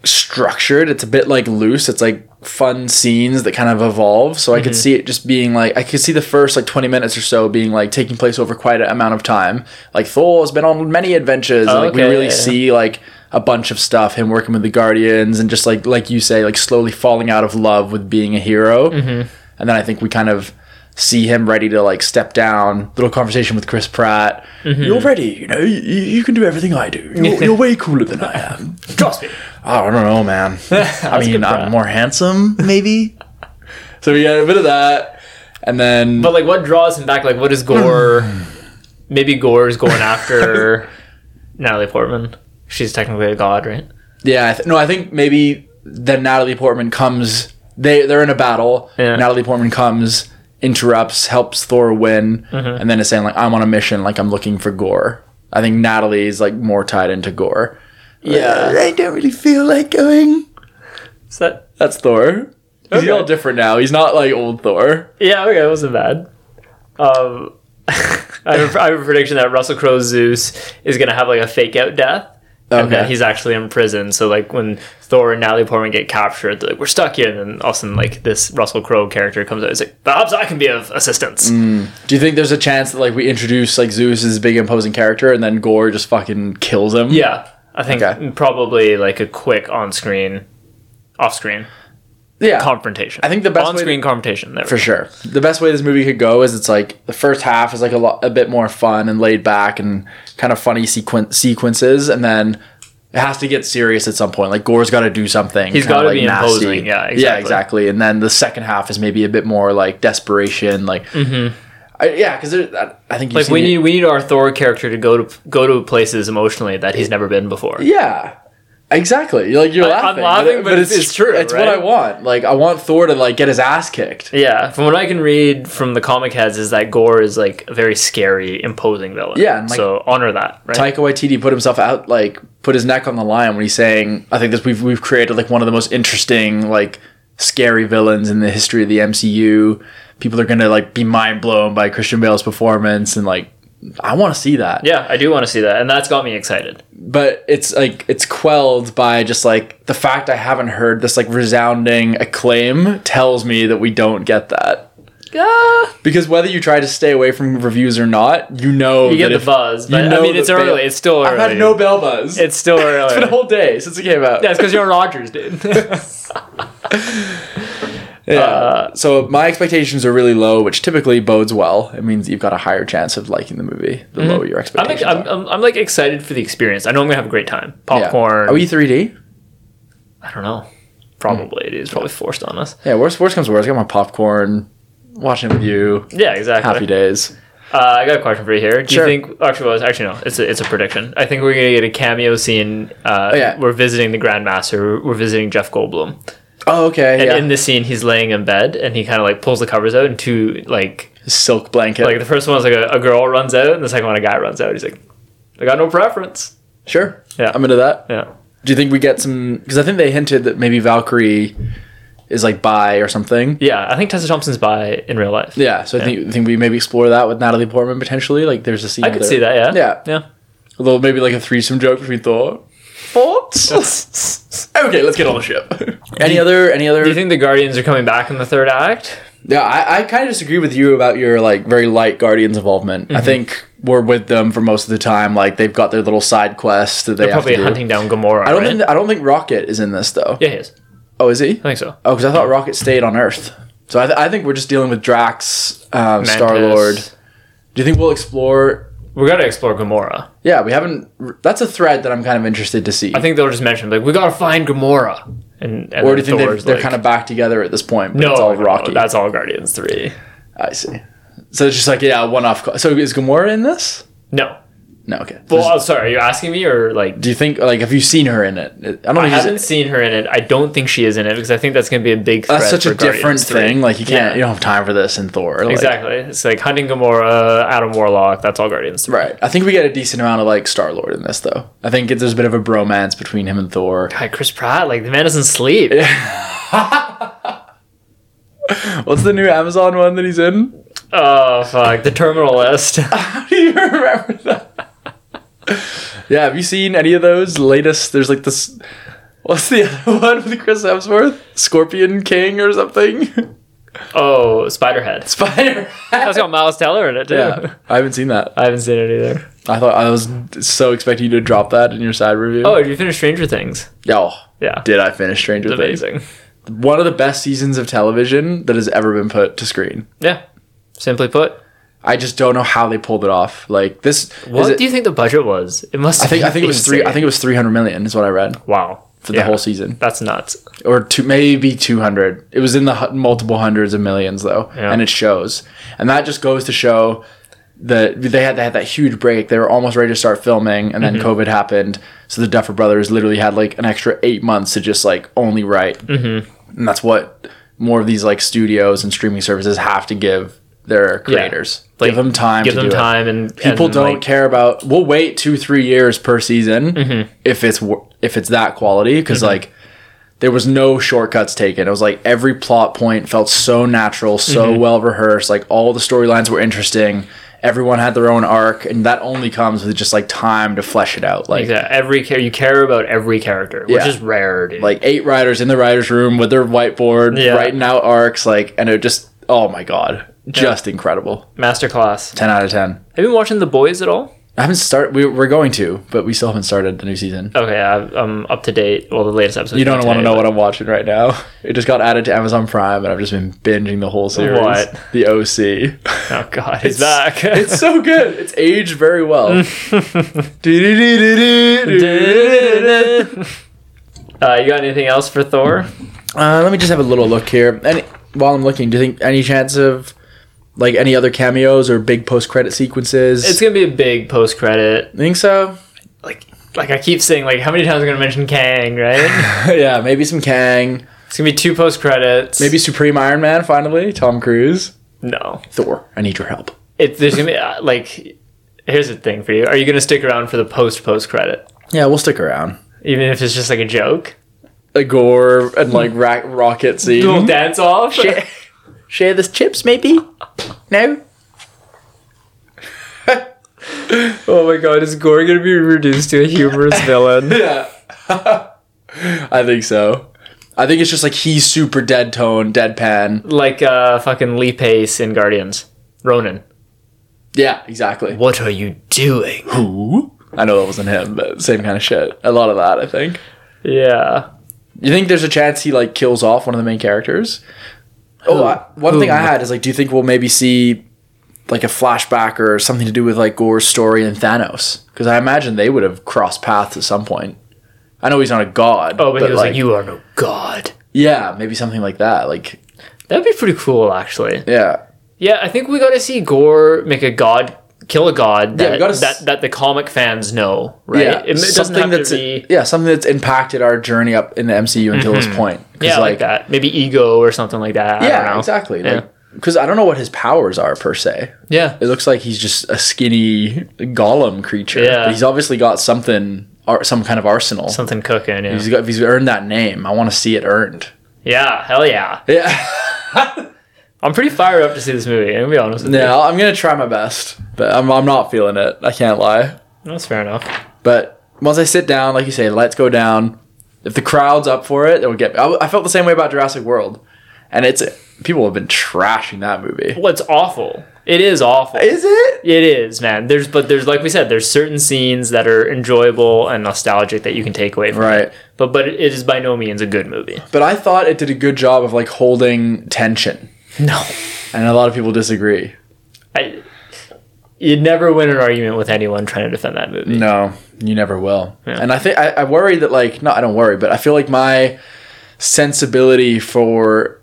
[SPEAKER 2] structured. It's a bit like loose. It's like fun scenes that kind of evolve. So I
[SPEAKER 1] Mm-hmm.
[SPEAKER 2] could see it just being like I could see the first like 20 minutes or so being like taking place over quite an amount of time. Like Thor's been on many adventures and
[SPEAKER 1] Oh,
[SPEAKER 2] like we
[SPEAKER 1] okay,
[SPEAKER 2] really
[SPEAKER 1] yeah, yeah.
[SPEAKER 2] see like a bunch of stuff him working with the guardians and just like like you say like slowly falling out of love with being a hero.
[SPEAKER 1] Mm-hmm.
[SPEAKER 2] And then I think we kind of see him ready to like step down. Little conversation with Chris Pratt. You're ready, you know. You, you can do everything I do. You're, you're way cooler than I am.
[SPEAKER 1] Trust me.
[SPEAKER 2] Oh, I don't know, man. I mean,
[SPEAKER 1] good,
[SPEAKER 2] I'm
[SPEAKER 1] Brad.
[SPEAKER 2] more handsome, maybe. so we got a bit of that, and then
[SPEAKER 1] But like, what draws him back? Like, what is Gore? Maybe Gore's going after Natalie Portman. She's technically a god, right?
[SPEAKER 2] yeah, I th- no, I think maybe then Natalie Portman comes. They they're in a battle.
[SPEAKER 1] Yeah.
[SPEAKER 2] Natalie Portman comes, interrupts, helps Thor win, and then is saying like, "I'm on a mission. Like I'm looking for Gore." I think Natalie's like more tied into Gore. Uh,
[SPEAKER 1] Yeah.
[SPEAKER 2] I don't really feel like going.
[SPEAKER 1] Is that?
[SPEAKER 2] That's Thor. He's
[SPEAKER 1] Okay.
[SPEAKER 2] all different now. He's not like old Thor.
[SPEAKER 1] Yeah. Okay, it wasn't bad. Um, I, have a, I have a prediction that Russell Crowe's Zeus is gonna have like a fake out death. And then he's actually in prison. So like when Thor and Natalie Portman get captured, they're like, "We're stuck here." And then all of a sudden, like this Russell Crowe character comes out. He's like, "Perhaps I can be of assistance."
[SPEAKER 2] Mm. Do you think there's a chance that like we introduce like Zeus as a big imposing character and then Gore just fucking kills him?
[SPEAKER 1] Yeah, I think
[SPEAKER 2] Okay.
[SPEAKER 1] probably like a quick on-screen, off-screen
[SPEAKER 2] yeah,
[SPEAKER 1] confrontation.
[SPEAKER 2] I think the best way to-
[SPEAKER 1] on-screen confrontation. There,
[SPEAKER 2] for sure. The best way this movie could go is it's like the first half is like a lot, a bit more fun and laid back and kind of funny sequen- sequences, and then it has to get serious at some point. Like Gore's got to do something.
[SPEAKER 1] He's
[SPEAKER 2] kinda,
[SPEAKER 1] gotta
[SPEAKER 2] like,
[SPEAKER 1] be
[SPEAKER 2] nasty.
[SPEAKER 1] imposing. Yeah,
[SPEAKER 2] yeah,
[SPEAKER 1] exactly.
[SPEAKER 2] exactly. And then the second half is maybe a bit more like desperation, like. I, yeah, because I, I think you've
[SPEAKER 1] Mm-hmm. Like
[SPEAKER 2] seen
[SPEAKER 1] we
[SPEAKER 2] it-
[SPEAKER 1] need we need our Thor character to go to go to places emotionally that he's never been before.
[SPEAKER 2] Yeah. Exactly. Like you're
[SPEAKER 1] I- I'm
[SPEAKER 2] laughing.
[SPEAKER 1] laughing, but it's- it's true,
[SPEAKER 2] It's
[SPEAKER 1] right?
[SPEAKER 2] what I want. Like I want Thor to like get his ass kicked.
[SPEAKER 1] Yeah, from what I can read from the comic heads is that Gore is like a very scary, imposing villain.
[SPEAKER 2] Yeah, and, like-
[SPEAKER 1] so honor that, right?
[SPEAKER 2] Taika Waititi put himself out, like put his neck on the line when he's saying, "I think this we've we've created like one of the most interesting, like scary villains in the history of the MCU. People are gonna like be mind blown by Christian Bale's performance, and like I want to see that.
[SPEAKER 1] yeah, I do want to see that, and that's got me excited.
[SPEAKER 2] But it's like it's quelled by just like the fact I haven't heard this like resounding acclaim tells me that we don't get that.
[SPEAKER 1] Ah,
[SPEAKER 2] Because whether you try to stay away from reviews or not, you know
[SPEAKER 1] you get
[SPEAKER 2] that
[SPEAKER 1] the
[SPEAKER 2] if-
[SPEAKER 1] buzz,
[SPEAKER 2] you
[SPEAKER 1] but I
[SPEAKER 2] know
[SPEAKER 1] mean, it's
[SPEAKER 2] that
[SPEAKER 1] early.
[SPEAKER 2] Bale-
[SPEAKER 1] it's still early.
[SPEAKER 2] I've had no Bale buzz.
[SPEAKER 1] It's still early.
[SPEAKER 2] It's been a whole day since it came out.
[SPEAKER 1] yeah, it's because you're Rogers, dude.
[SPEAKER 2] Yeah.
[SPEAKER 1] Uh,
[SPEAKER 2] so my expectations are really low, which typically bodes well. It means you've got a higher chance of liking the movie the lower your
[SPEAKER 1] Mm-hmm. I'm,
[SPEAKER 2] expectations
[SPEAKER 1] ex- I'm,
[SPEAKER 2] are.
[SPEAKER 1] I'm, I'm like excited for the experience. I know I'm gonna have a great time.
[SPEAKER 2] Yeah.
[SPEAKER 1] Popcorn.
[SPEAKER 2] Are we 3D?
[SPEAKER 1] I don't know. Probably it is probably forced on us.
[SPEAKER 2] Yeah. Worst worst comes to worst, I got my popcorn, watching it with you.
[SPEAKER 1] Yeah, exactly.
[SPEAKER 2] Happy days.
[SPEAKER 1] Uh, I got a question for you here. Do
[SPEAKER 2] Sure.
[SPEAKER 1] you think actually well, it's- actually no, it's a, it's a prediction. I think we're gonna get a cameo scene. Uh,
[SPEAKER 2] Oh, yeah.
[SPEAKER 1] We're visiting the Grandmaster. We're visiting Jeff Goldblum,
[SPEAKER 2] Oh, okay.
[SPEAKER 1] and
[SPEAKER 2] yeah.
[SPEAKER 1] in this scene, he's laying in bed, and he kind of like pulls the covers out, and two like
[SPEAKER 2] Silk blanket.
[SPEAKER 1] like the first one's like a, a girl runs out, and the second one a guy runs out. He's like, I got no preference.
[SPEAKER 2] sure.
[SPEAKER 1] Yeah.
[SPEAKER 2] I'm into that.
[SPEAKER 1] Yeah.
[SPEAKER 2] Do you think we get some? Because I think they hinted that maybe Valkyrie is like bi or something.
[SPEAKER 1] Yeah, I think Tessa Thompson's by in real life.
[SPEAKER 2] Yeah, so I think think we maybe explore that with Natalie Portman potentially. Like, there's a scene.
[SPEAKER 1] I could
[SPEAKER 2] where-
[SPEAKER 1] see that. Yeah.
[SPEAKER 2] Yeah,
[SPEAKER 1] Yeah.
[SPEAKER 2] although maybe like a threesome joke between Thor. Thoughts? okay, let's get on the ship. any other? Any other?
[SPEAKER 1] Do you think the Guardians are coming back in the third act?
[SPEAKER 2] yeah, I, I kind of disagree with you about your like very light Guardians involvement.
[SPEAKER 1] Mm-hmm.
[SPEAKER 2] I think we're with them for most of the time. Like, they've got their little side quest that they
[SPEAKER 1] They're
[SPEAKER 2] have
[SPEAKER 1] probably
[SPEAKER 2] to do.
[SPEAKER 1] hunting down Gamora.
[SPEAKER 2] I don't
[SPEAKER 1] right?
[SPEAKER 2] think I don't think Rocket is in this though.
[SPEAKER 1] yeah, he is.
[SPEAKER 2] Oh, is he?
[SPEAKER 1] I think so.
[SPEAKER 2] Oh, because I thought Rocket stayed on Earth. So I, th- I think we're just dealing with Drax, um, Star Lord.
[SPEAKER 1] Mantis.
[SPEAKER 2] Do you think we'll explore
[SPEAKER 1] We gotta explore Gamora.
[SPEAKER 2] Yeah, we haven't. That's a thread that I'm kind of interested to see.
[SPEAKER 1] I think they'll just mention like we gotta find Gamora. And, and
[SPEAKER 2] or do
[SPEAKER 1] then
[SPEAKER 2] you think they're,
[SPEAKER 1] Thor's
[SPEAKER 2] they're
[SPEAKER 1] like,
[SPEAKER 2] kind of back together at this point? But
[SPEAKER 1] no,
[SPEAKER 2] it's all
[SPEAKER 1] no,
[SPEAKER 2] rocky.
[SPEAKER 1] that's all Guardians three.
[SPEAKER 2] I see. So it's just like yeah, one off. So is Gamora in this?
[SPEAKER 1] No.
[SPEAKER 2] No, okay.
[SPEAKER 1] Well, oh, sorry, are you asking me or like?
[SPEAKER 2] do you think like have you seen her in it? I don't
[SPEAKER 1] I
[SPEAKER 2] think she's-
[SPEAKER 1] haven't seen her in it. I don't think she is in it because I think that's gonna be a big.
[SPEAKER 2] Oh, that's
[SPEAKER 1] thread
[SPEAKER 2] such a
[SPEAKER 1] for Guardians
[SPEAKER 2] different
[SPEAKER 1] 3.
[SPEAKER 2] thing. Like you can't,
[SPEAKER 1] Yeah.
[SPEAKER 2] you don't have time for this in Thor. like-
[SPEAKER 1] Exactly. It's like hunting Gamora, Adam Warlock. That's all Guardians. 3.
[SPEAKER 2] Right. I think we get a decent amount of like Star Lord in this though. I think it, there's a bit of a bromance between him and Thor.
[SPEAKER 1] God, Chris Pratt, like the man doesn't sleep.
[SPEAKER 2] What's the new Amazon one that he's in?
[SPEAKER 1] Oh fuck, the Terminal List.
[SPEAKER 2] How do you remember that? yeah, have you seen any of those latest? There's like this. What's the other one with Chris Hemsworth? Scorpion King or something?
[SPEAKER 1] oh, Spiderhead.
[SPEAKER 2] Spider.
[SPEAKER 1] That's got Miles Teller in it too.
[SPEAKER 2] yeah, I haven't seen that.
[SPEAKER 1] I haven't seen it either.
[SPEAKER 2] I thought I was so expecting you to drop that in your side review.
[SPEAKER 1] Oh, you finished Stranger Things?
[SPEAKER 2] Yo,
[SPEAKER 1] Yeah.
[SPEAKER 2] did I finish Stranger
[SPEAKER 1] It's
[SPEAKER 2] Things?
[SPEAKER 1] amazing.
[SPEAKER 2] One of the best seasons of television that has ever been put to screen.
[SPEAKER 1] Yeah. Simply put,
[SPEAKER 2] I just don't know how they pulled it off. Like this, is
[SPEAKER 1] what
[SPEAKER 2] it-
[SPEAKER 1] do you think the budget was? It must.
[SPEAKER 2] I think I think it was three. I think it was three hundred million is what I read
[SPEAKER 1] Wow.
[SPEAKER 2] for the whole season.
[SPEAKER 1] That's nuts.
[SPEAKER 2] or two, maybe 200. It was in the hu- multiple hundreds of millions though,
[SPEAKER 1] Yeah.
[SPEAKER 2] and it shows. And that just goes to show that they had they had that huge break. They were almost ready to start filming, and then
[SPEAKER 1] Mm-hmm.
[SPEAKER 2] COVID happened. So the Duffer Brothers literally had like an extra eight months to just like only write, mm-hmm. and that's what more of these like studios and streaming services have to give their creators.
[SPEAKER 1] Like,
[SPEAKER 2] give them time.
[SPEAKER 1] Give
[SPEAKER 2] to
[SPEAKER 1] them
[SPEAKER 2] do it.
[SPEAKER 1] time and
[SPEAKER 2] People
[SPEAKER 1] and,
[SPEAKER 2] don't
[SPEAKER 1] like,
[SPEAKER 2] care about. We'll wait two, three years per season
[SPEAKER 1] Mm-hmm.
[SPEAKER 2] if it's wor- if it's that quality because like there was no shortcuts taken. It was like every plot point felt so natural, so
[SPEAKER 1] Mm-hmm.
[SPEAKER 2] well rehearsed. Like all the storylines were interesting. Everyone had their own arc, and that only comes with just like time to flesh it out. Like
[SPEAKER 1] Exactly. Every care you care about every character, which
[SPEAKER 2] Yeah.
[SPEAKER 1] is rare, dude.
[SPEAKER 2] like eight writers in the writers' room with their whiteboard
[SPEAKER 1] Yeah.
[SPEAKER 2] writing out arcs. Like and it just oh my god, just incredible.
[SPEAKER 1] masterclass.
[SPEAKER 2] Ten out of ten.
[SPEAKER 1] Have you been watching The Boys at all?
[SPEAKER 2] I haven't started. We, we're going to, but we still haven't started the new season.
[SPEAKER 1] Okay, I've, I'm up to date. Well, the latest episode.
[SPEAKER 2] You don't
[SPEAKER 1] came
[SPEAKER 2] want to
[SPEAKER 1] today,
[SPEAKER 2] know
[SPEAKER 1] but-
[SPEAKER 2] what I'm watching right now. It just got added to Amazon Prime, and I've just been binging the whole series.
[SPEAKER 1] What?
[SPEAKER 2] The OC.
[SPEAKER 1] Oh God, he's back.
[SPEAKER 2] it's so good. It's aged very well. uh,
[SPEAKER 1] Uh, you got anything else for Thor?
[SPEAKER 2] Uh, let me just have a little look here. Any, while I'm looking, do you think any chance of like any other cameos or big post credit sequences?
[SPEAKER 1] It's gonna be a big post credit.
[SPEAKER 2] think so.
[SPEAKER 1] Like, like I keep saying, like how many times I'm gonna mention Kang, right?
[SPEAKER 2] yeah, maybe some Kang,
[SPEAKER 1] It's gonna be two post credits.
[SPEAKER 2] maybe Supreme Iron Man. Finally, Tom Cruise,
[SPEAKER 1] no.
[SPEAKER 2] Thor. I need your help.
[SPEAKER 1] It, there's gonna be uh, like, here's the thing for you: Are you gonna stick around for the post post credit,
[SPEAKER 2] Yeah, we'll stick around.
[SPEAKER 1] even if it's just like a joke?
[SPEAKER 2] A gore and like ra- rocket
[SPEAKER 1] Little
[SPEAKER 2] scene.
[SPEAKER 1] dance off.
[SPEAKER 2] share, share this chips, maybe? No.
[SPEAKER 1] Oh my god, is Gore gonna be reduced to a humorous villain?
[SPEAKER 2] Yeah. I think so. I think it's just like he's super dead tone, deadpan.
[SPEAKER 1] Like uh, fucking Lee Pace in Guardians, Ronan.
[SPEAKER 2] Yeah, exactly.
[SPEAKER 1] What are you doing?
[SPEAKER 2] Who? I know that wasn't him, but same kind of shit. A lot of that, I think.
[SPEAKER 1] Yeah.
[SPEAKER 2] You think there's a chance he like kills off one of the main characters? Oh, I, one thing I had is like, do you think we'll maybe see like a flashback or something to do with like Gore's story and Thanos? Because I imagine they would have crossed paths at some point. I know he's not a god.
[SPEAKER 1] Oh, but, he was like, "You are no god."
[SPEAKER 2] Yeah, maybe something like that. Like,
[SPEAKER 1] That'd be pretty cool, actually.
[SPEAKER 2] yeah,
[SPEAKER 1] Yeah, I think we got to see Gore make a god kill a god
[SPEAKER 2] Yeah,
[SPEAKER 1] that
[SPEAKER 2] we gotta s-
[SPEAKER 1] that, that the comic fans know, right?
[SPEAKER 2] yeah,
[SPEAKER 1] it, it doesn't
[SPEAKER 2] something
[SPEAKER 1] have
[SPEAKER 2] that's
[SPEAKER 1] to be Mm-hmm.
[SPEAKER 2] yeah, something that's impacted our journey up in the MCU until this point. 'Cause,
[SPEAKER 1] yeah, like, that. Maybe ego or something like that. I don't
[SPEAKER 2] Yeah,
[SPEAKER 1] know.
[SPEAKER 2] exactly.
[SPEAKER 1] Yeah.
[SPEAKER 2] because I don't know what his powers are per se.
[SPEAKER 1] Yeah.
[SPEAKER 2] It looks like he's just a skinny golem creature.
[SPEAKER 1] Yeah.
[SPEAKER 2] But he's obviously got something, ar- some kind of arsenal.
[SPEAKER 1] Something cooking. Yeah.
[SPEAKER 2] He's got, if he's earned that name, I want to see it earned.
[SPEAKER 1] yeah, hell yeah.
[SPEAKER 2] Yeah.
[SPEAKER 1] I'm pretty fired up to see this movie, I'm gonna be honest with
[SPEAKER 2] yeah, I'm going to try my best, but I'm, I'm not feeling it. I can't lie.
[SPEAKER 1] you. That's fair enough.
[SPEAKER 2] But once I sit down, like you say, let's go down. If the crowd's up for it, it'll get me. I, I felt the same way about Jurassic World. And it's, people have been trashing that movie.
[SPEAKER 1] What's awful? It is awful.
[SPEAKER 2] Is it?
[SPEAKER 1] It is, man. There's but there's like we said, there's certain scenes that are enjoyable and nostalgic that you can take away from.
[SPEAKER 2] Right.
[SPEAKER 1] But but it is by no means a good movie.
[SPEAKER 2] But I thought it did a good job of like holding tension.
[SPEAKER 1] No.
[SPEAKER 2] And a lot of people disagree.
[SPEAKER 1] I, you'd never win an argument with anyone trying to defend that movie.
[SPEAKER 2] No, you never will.
[SPEAKER 1] Yeah.
[SPEAKER 2] And I think I, I worry that like no, I don't worry, but I feel like my sensibility for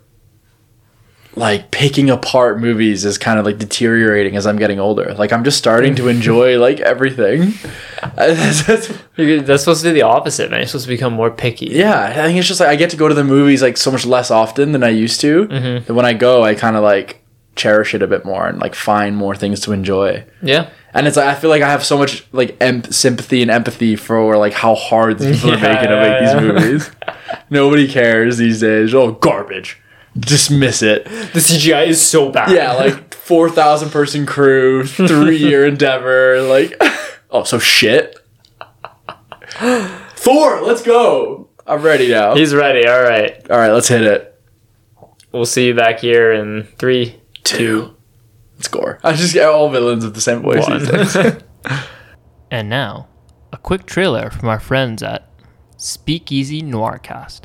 [SPEAKER 2] like picking apart movies is kind of like deteriorating as I'm getting older. Like I'm just starting to enjoy like everything. That's- that's-
[SPEAKER 1] You're- That's supposed to do the opposite, man. You're supposed to become more picky.
[SPEAKER 2] yeah, I think it's just like I get to go to the movies like so much less often than I used to. And when I go, I kind of like cherish it a bit more and like find more things to enjoy.
[SPEAKER 1] Yeah.
[SPEAKER 2] And it's like I feel like I have so much like em- sympathy and empathy for like how hard these people
[SPEAKER 1] Yeah,
[SPEAKER 2] are making to
[SPEAKER 1] yeah,
[SPEAKER 2] make
[SPEAKER 1] yeah.
[SPEAKER 2] these movies. Nobody cares these days. Oh, garbage. Dismiss it.
[SPEAKER 1] The CGI is so bad.
[SPEAKER 2] Yeah, like four thousand person crew, three year endeavor. Like, oh, so shit. Four. Let's go. I'm ready now.
[SPEAKER 1] He's ready. All right.
[SPEAKER 2] All right, let's hit it.
[SPEAKER 1] We'll see you back here in three,
[SPEAKER 2] Two. Let's score. I just get all villains with the same voice these days.
[SPEAKER 1] and now, a quick trailer from our friends at Speakeasy Noircast.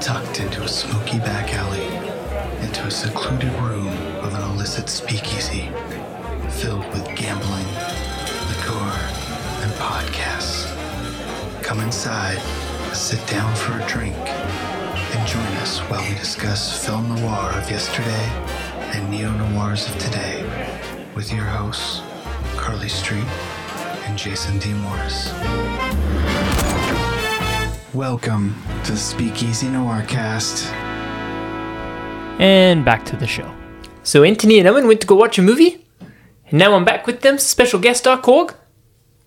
[SPEAKER 3] tucked into a smoky back alley, into a secluded room of an illicit speakeasy, filled with gambling, liqueur, and podcasts. Come inside, sit down for a drink, and join us while we discuss film noir of yesterday and neo noirs of today with your hosts, Carly Street and Jason D. Morris. Welcome to the Speakeasy Noir Cast.
[SPEAKER 1] And back to the show. So Anthony and Owen went to go watch a movie, and now I'm back with them, specialguest.org.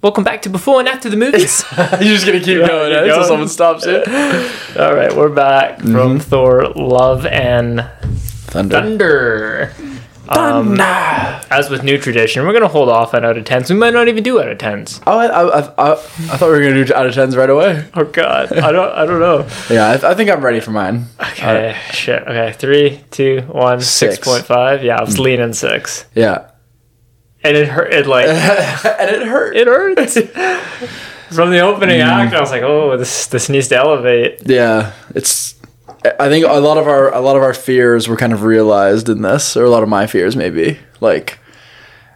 [SPEAKER 1] Welcome back to before and after the movies.
[SPEAKER 2] You're just gonna keep going
[SPEAKER 1] keep
[SPEAKER 2] eh, until
[SPEAKER 1] going.
[SPEAKER 2] someone stops it.
[SPEAKER 1] All right, we're back from Thor: Love and Thunder. Um, as with new tradition, we're gonna hold off on out of tens. We might not even do out of tens.
[SPEAKER 2] Oh, I, I, I, I I thought we were gonna do out of tens right away.
[SPEAKER 1] Oh God, I don't, I don't know.
[SPEAKER 2] Yeah, I, I think I'm ready for mine.
[SPEAKER 1] Okay, shit. Okay, three, two, one, six Hmm.
[SPEAKER 2] Six.
[SPEAKER 1] point five. Yeah, I was leaning six,
[SPEAKER 2] Yeah,
[SPEAKER 1] and it hurt. It like
[SPEAKER 2] and it hurt.
[SPEAKER 1] it hurts. From the opening act, I was like, "Oh, this this needs to elevate."
[SPEAKER 2] Yeah, it's. I think a lot of our a lot of our fears were kind of realized in this, or a lot of my fears maybe. Like,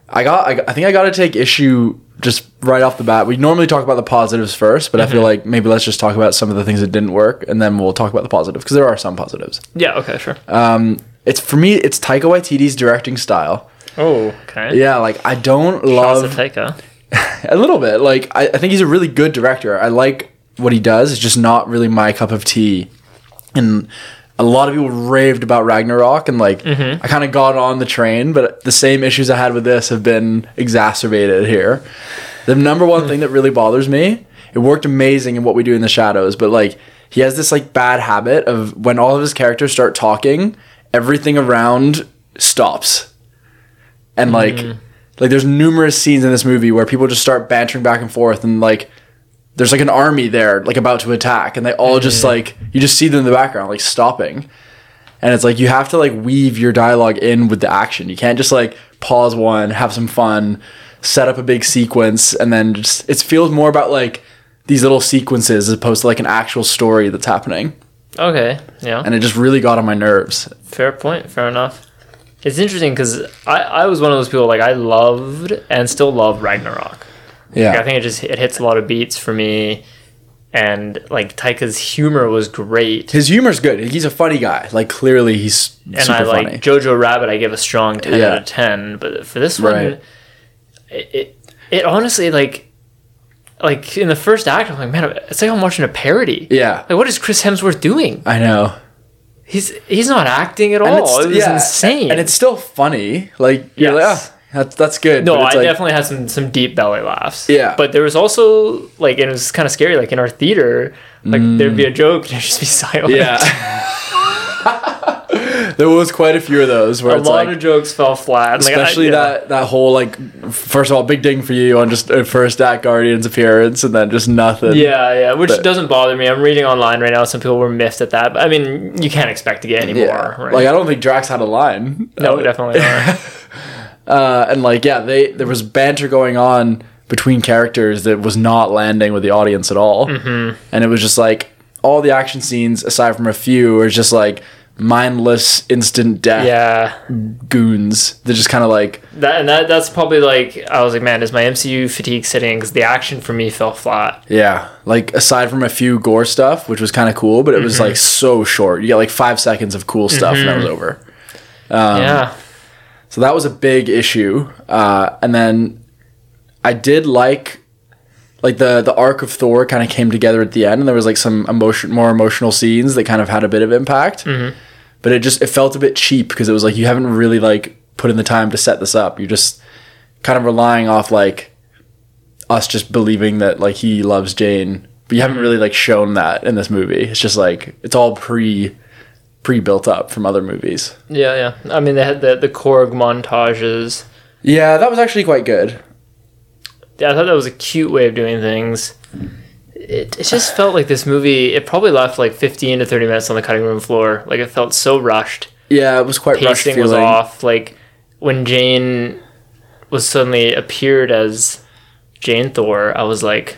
[SPEAKER 2] I got. I, got- I think I got to take issue just right off the bat. We normally talk about the positives first, but I feel like maybe let's just talk about some of the things that didn't work, and then we'll talk about the positives because there are some positives.
[SPEAKER 1] Yeah. Okay. Sure.
[SPEAKER 2] It's for me. It's Taika Waititi's directing style.
[SPEAKER 1] Oh, okay.
[SPEAKER 2] Yeah, like I don't
[SPEAKER 1] Shots of
[SPEAKER 2] love
[SPEAKER 1] Taika.
[SPEAKER 2] a little bit. Like I, I think he's a really good director. I like what he does. It's just not really my cup of tea. And a lot of people raved about Ragnarok, and like I kind of got on the train, but the same issues I had with this have been exacerbated here. The number one thing that really bothers me, it worked amazing in what we do in the shadows, but like he has this like bad habit of when all of his characters start talking, everything around stops. And like like there's numerous scenes in this movie where people just start bantering back and forth and like there's like an army there like about to attack and they
[SPEAKER 1] Mm-hmm.
[SPEAKER 2] all just like you just see them in the background like stopping. And it's like you have to like weave your dialogue in with the action. You can't just like pause one, have some fun, set up a big sequence, and then just it feels more about like these little sequences as opposed to like an actual story that's happening.
[SPEAKER 1] Okay. Yeah.
[SPEAKER 2] And it just really got on my nerves.
[SPEAKER 1] Fair point. Fair enough. It's interesting because I, I was one of those people like I loved and still love Ragnarok.
[SPEAKER 2] Yeah.
[SPEAKER 1] Like, I think it just it hits a lot of beats for me, and like Taika's humor was great.
[SPEAKER 2] His humor's good. He's a funny guy. Like clearly he's
[SPEAKER 1] and
[SPEAKER 2] super
[SPEAKER 1] I like
[SPEAKER 2] funny.
[SPEAKER 1] Jojo Rabbit. I give a strong ten
[SPEAKER 2] Yeah.
[SPEAKER 1] out of ten. But for this one,
[SPEAKER 2] Right.
[SPEAKER 1] it, it it honestly like like in the first act, I'm like, man, it's like I'm watching a parody.
[SPEAKER 2] Yeah.
[SPEAKER 1] Like, what is Chris Hemsworth doing?
[SPEAKER 2] I know.
[SPEAKER 1] He's he's not acting at all. it was
[SPEAKER 2] Oh, yeah,
[SPEAKER 1] insane.
[SPEAKER 2] And it's still funny. Like you're like,
[SPEAKER 1] Yes.
[SPEAKER 2] "Ah, that's that's good.
[SPEAKER 1] No,
[SPEAKER 2] But
[SPEAKER 1] I
[SPEAKER 2] it's like-
[SPEAKER 1] definitely had some some deep belly laughs.
[SPEAKER 2] Yeah.
[SPEAKER 1] but there was also like, and it was kind of scary. Like in our theater, like there'd be a joke, and there'd just be silence.
[SPEAKER 2] Mm. Yeah. there was quite a few of those where
[SPEAKER 1] a
[SPEAKER 2] it's
[SPEAKER 1] lot
[SPEAKER 2] like
[SPEAKER 1] of jokes fell flat. Like, I-
[SPEAKER 2] especially
[SPEAKER 1] yeah.
[SPEAKER 2] that that whole like first of all big ding for you on just uh, first act guardian's appearance and then just nothing
[SPEAKER 1] Yeah, yeah, which
[SPEAKER 2] But-
[SPEAKER 1] doesn't bother me. I'm reading online right now. Some people were miffed at that. But, I mean, you can't expect to get any
[SPEAKER 2] yeah
[SPEAKER 1] more. Right?
[SPEAKER 2] like i don't think drax had a line
[SPEAKER 1] no, definitely not.
[SPEAKER 2] uh, and like yeah they there was banter going on between characters that was not landing with the audience at all mm-hmm. and it was just like all the action scenes aside from a few were just like mindless instant death
[SPEAKER 1] yeah,
[SPEAKER 2] goons that just kind of like
[SPEAKER 1] that and that that's probably like I was like, man, is my MCU fatigue sitting? Because the action for me fell flat.
[SPEAKER 2] Yeah, like aside from a few gore stuff, which was kind of cool, but it was like so short. You got like five seconds of cool stuff, and that was over. Um,
[SPEAKER 1] yeah,
[SPEAKER 2] So that was a big issue. Uh, and then I did like, like the the arc of Thor kind of came together at the end, and there was like some emotion, more emotional scenes that kind of had a bit of impact. But it just it felt a bit cheap because it was like you haven't really like put in the time to set this up. You're just kind of relying off like us just believing that like he loves Jane, but you haven't really like shown that in this movie. It's just like it's all pre pre built up from other movies.
[SPEAKER 1] yeah, yeah. I mean, they had the the Korg montages.
[SPEAKER 2] Yeah, that was actually quite good.
[SPEAKER 1] Yeah, I thought that was a cute way of doing things. It, it just felt like this movie. It probably left like fifteen to thirty minutes on the cutting room floor. Like it felt so rushed.
[SPEAKER 2] Yeah, it was quite rushed
[SPEAKER 1] Pacing
[SPEAKER 2] feeling.
[SPEAKER 1] was off. Like when Jane was suddenly appeared as Jane Thor, I was like,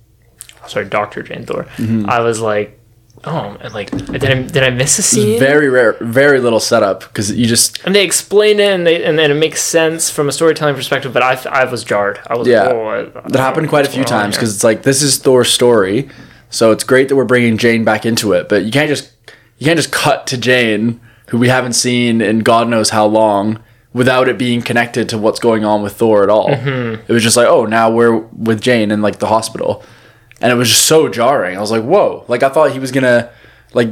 [SPEAKER 1] sorry, Doctor Jane Thor.
[SPEAKER 2] Mm-hmm.
[SPEAKER 1] I was like, oh, and like did I did I miss a scene?
[SPEAKER 2] Very rare, very little setup because you just
[SPEAKER 1] and they explain it, and they and then it makes sense from a storytelling perspective. But I, I was jarred. I was
[SPEAKER 2] Yeah.
[SPEAKER 1] like, oh, I- I
[SPEAKER 2] that
[SPEAKER 1] don't
[SPEAKER 2] happened
[SPEAKER 1] know
[SPEAKER 2] quite a
[SPEAKER 1] what's
[SPEAKER 2] few
[SPEAKER 1] going on
[SPEAKER 2] times
[SPEAKER 1] here.
[SPEAKER 2] because it's like this is Thor's story, so it's great that we're bringing Jane back into it, but you can't just you can't just cut to Jane who we haven't seen in God knows how long without it being connected to what's going on with Thor at all. It was just like oh now we're with Jane in like the hospital, and it was just so jarring. I was like whoa, like I thought he was gonna like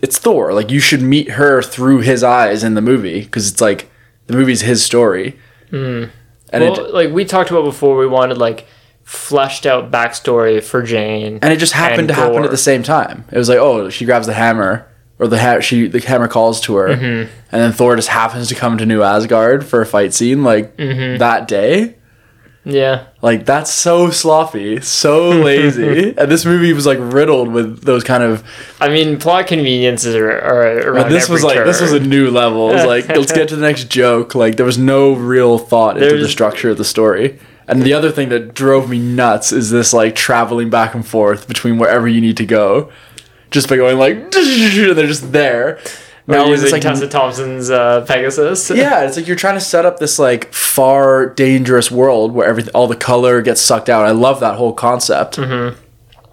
[SPEAKER 2] it's Thor. Like you should meet her through his eyes in the movie because it's like the movie's his story. And
[SPEAKER 1] well,
[SPEAKER 2] it
[SPEAKER 1] like we talked about before, we wanted like fleshed out backstory for Jane,
[SPEAKER 2] and it just happened
[SPEAKER 1] and
[SPEAKER 2] to happen
[SPEAKER 1] gore.
[SPEAKER 2] at the same time. It was like oh she grabs the hammer or the ha- she the hammer calls to her,
[SPEAKER 1] Mm-hmm.
[SPEAKER 2] and then Thor just happens to come to New Asgard for a fight scene like
[SPEAKER 1] Mm-hmm.
[SPEAKER 2] that day.
[SPEAKER 1] yeah,
[SPEAKER 2] Like that's so sloppy, so lazy. and this movie was like riddled with those kind of
[SPEAKER 1] I mean, plot conveniences are, are around.
[SPEAKER 2] But this was like this was a new level. It was like let's get to the next joke. Like there was no real thought into the
[SPEAKER 1] There's-
[SPEAKER 2] structure of the story. And the other thing that drove me nuts is this like traveling back and forth between wherever you need to go, just by going like and they're just there.
[SPEAKER 1] now
[SPEAKER 2] Now it's
[SPEAKER 1] like
[SPEAKER 2] like
[SPEAKER 1] Tessa Thompson's uh, Pegasus.
[SPEAKER 2] yeah, it's like you're trying to set up this like far dangerous world where everything, all the color gets sucked out. I love that whole concept.
[SPEAKER 1] That's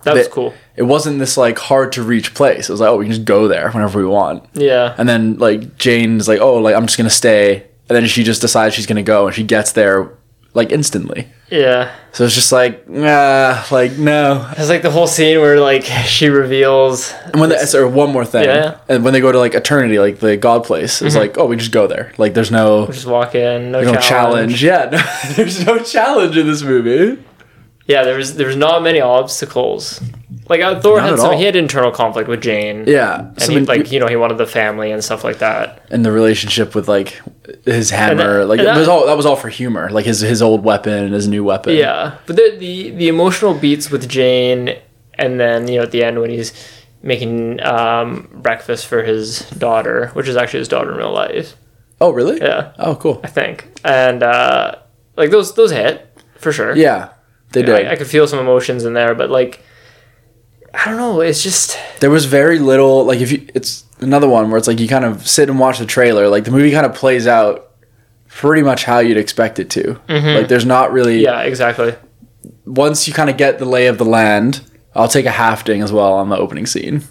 [SPEAKER 2] that-
[SPEAKER 1] cool.
[SPEAKER 2] It wasn't this like hard to reach place. It was like, oh, we can just go there whenever we want.
[SPEAKER 1] Yeah.
[SPEAKER 2] And then like Jane's like, oh, like I'm just gonna stay. And then she just decides she's gonna go, and she gets there like instantly.
[SPEAKER 1] yeah.
[SPEAKER 2] So it's just like, nah, like no.
[SPEAKER 1] It's like the whole scene where like she reveals
[SPEAKER 2] And when they, sorry, one more thing,
[SPEAKER 1] Yeah.
[SPEAKER 2] and when they go to like eternity, like the God place, it's like, oh, we just go there. Like there's no,
[SPEAKER 1] just walk in, no,
[SPEAKER 2] no
[SPEAKER 1] challenge.
[SPEAKER 2] challenge. Yeah, no, there's no challenge in this movie.
[SPEAKER 1] Yeah, there was there was not many obstacles. Like uh, Thor
[SPEAKER 2] Not
[SPEAKER 1] had
[SPEAKER 2] at
[SPEAKER 1] some
[SPEAKER 2] all.
[SPEAKER 1] he had internal conflict with Jane.
[SPEAKER 2] Yeah,
[SPEAKER 1] And
[SPEAKER 2] So,
[SPEAKER 1] he,
[SPEAKER 2] I mean,
[SPEAKER 1] like you know he wanted the family and stuff like that.
[SPEAKER 2] and the relationship with like his hammer,
[SPEAKER 1] that-
[SPEAKER 2] like
[SPEAKER 1] and
[SPEAKER 2] it was
[SPEAKER 1] that-
[SPEAKER 2] all that was all for humor, like his his old weapon and his new weapon.
[SPEAKER 1] Yeah, but the, the the emotional beats with Jane, and then you know at the end when he's making um, breakfast for his daughter, which is actually his daughter in real life,
[SPEAKER 2] Oh, really?
[SPEAKER 1] Yeah.
[SPEAKER 2] Oh, cool.
[SPEAKER 1] I think, and uh, like those those hit for sure.
[SPEAKER 2] Yeah, they did.
[SPEAKER 1] I, I could feel some emotions in there, but like I don't know, it's just
[SPEAKER 2] there was very little like if you it's another one where it's like you kind of sit and watch the trailer like the movie kind of plays out pretty much how you'd expect it to like there's not really
[SPEAKER 1] Mm-hmm. yeah, exactly.
[SPEAKER 2] once you kind of get the lay of the land i'll take a halfding as well on the opening scene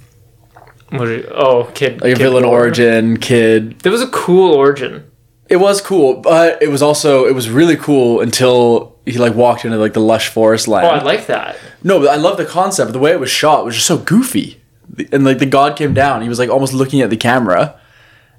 [SPEAKER 1] What do you- oh, kid,
[SPEAKER 2] like a
[SPEAKER 1] kid
[SPEAKER 2] villain
[SPEAKER 1] war.
[SPEAKER 2] origin kid
[SPEAKER 1] There was a cool origin.
[SPEAKER 2] it was cool but it was also it was really cool until he like walked into like the lush forest land
[SPEAKER 1] Oh, I like that.
[SPEAKER 2] no but i love the concept the way it was shot was just so goofy The- and like the god came down he was like almost looking at the camera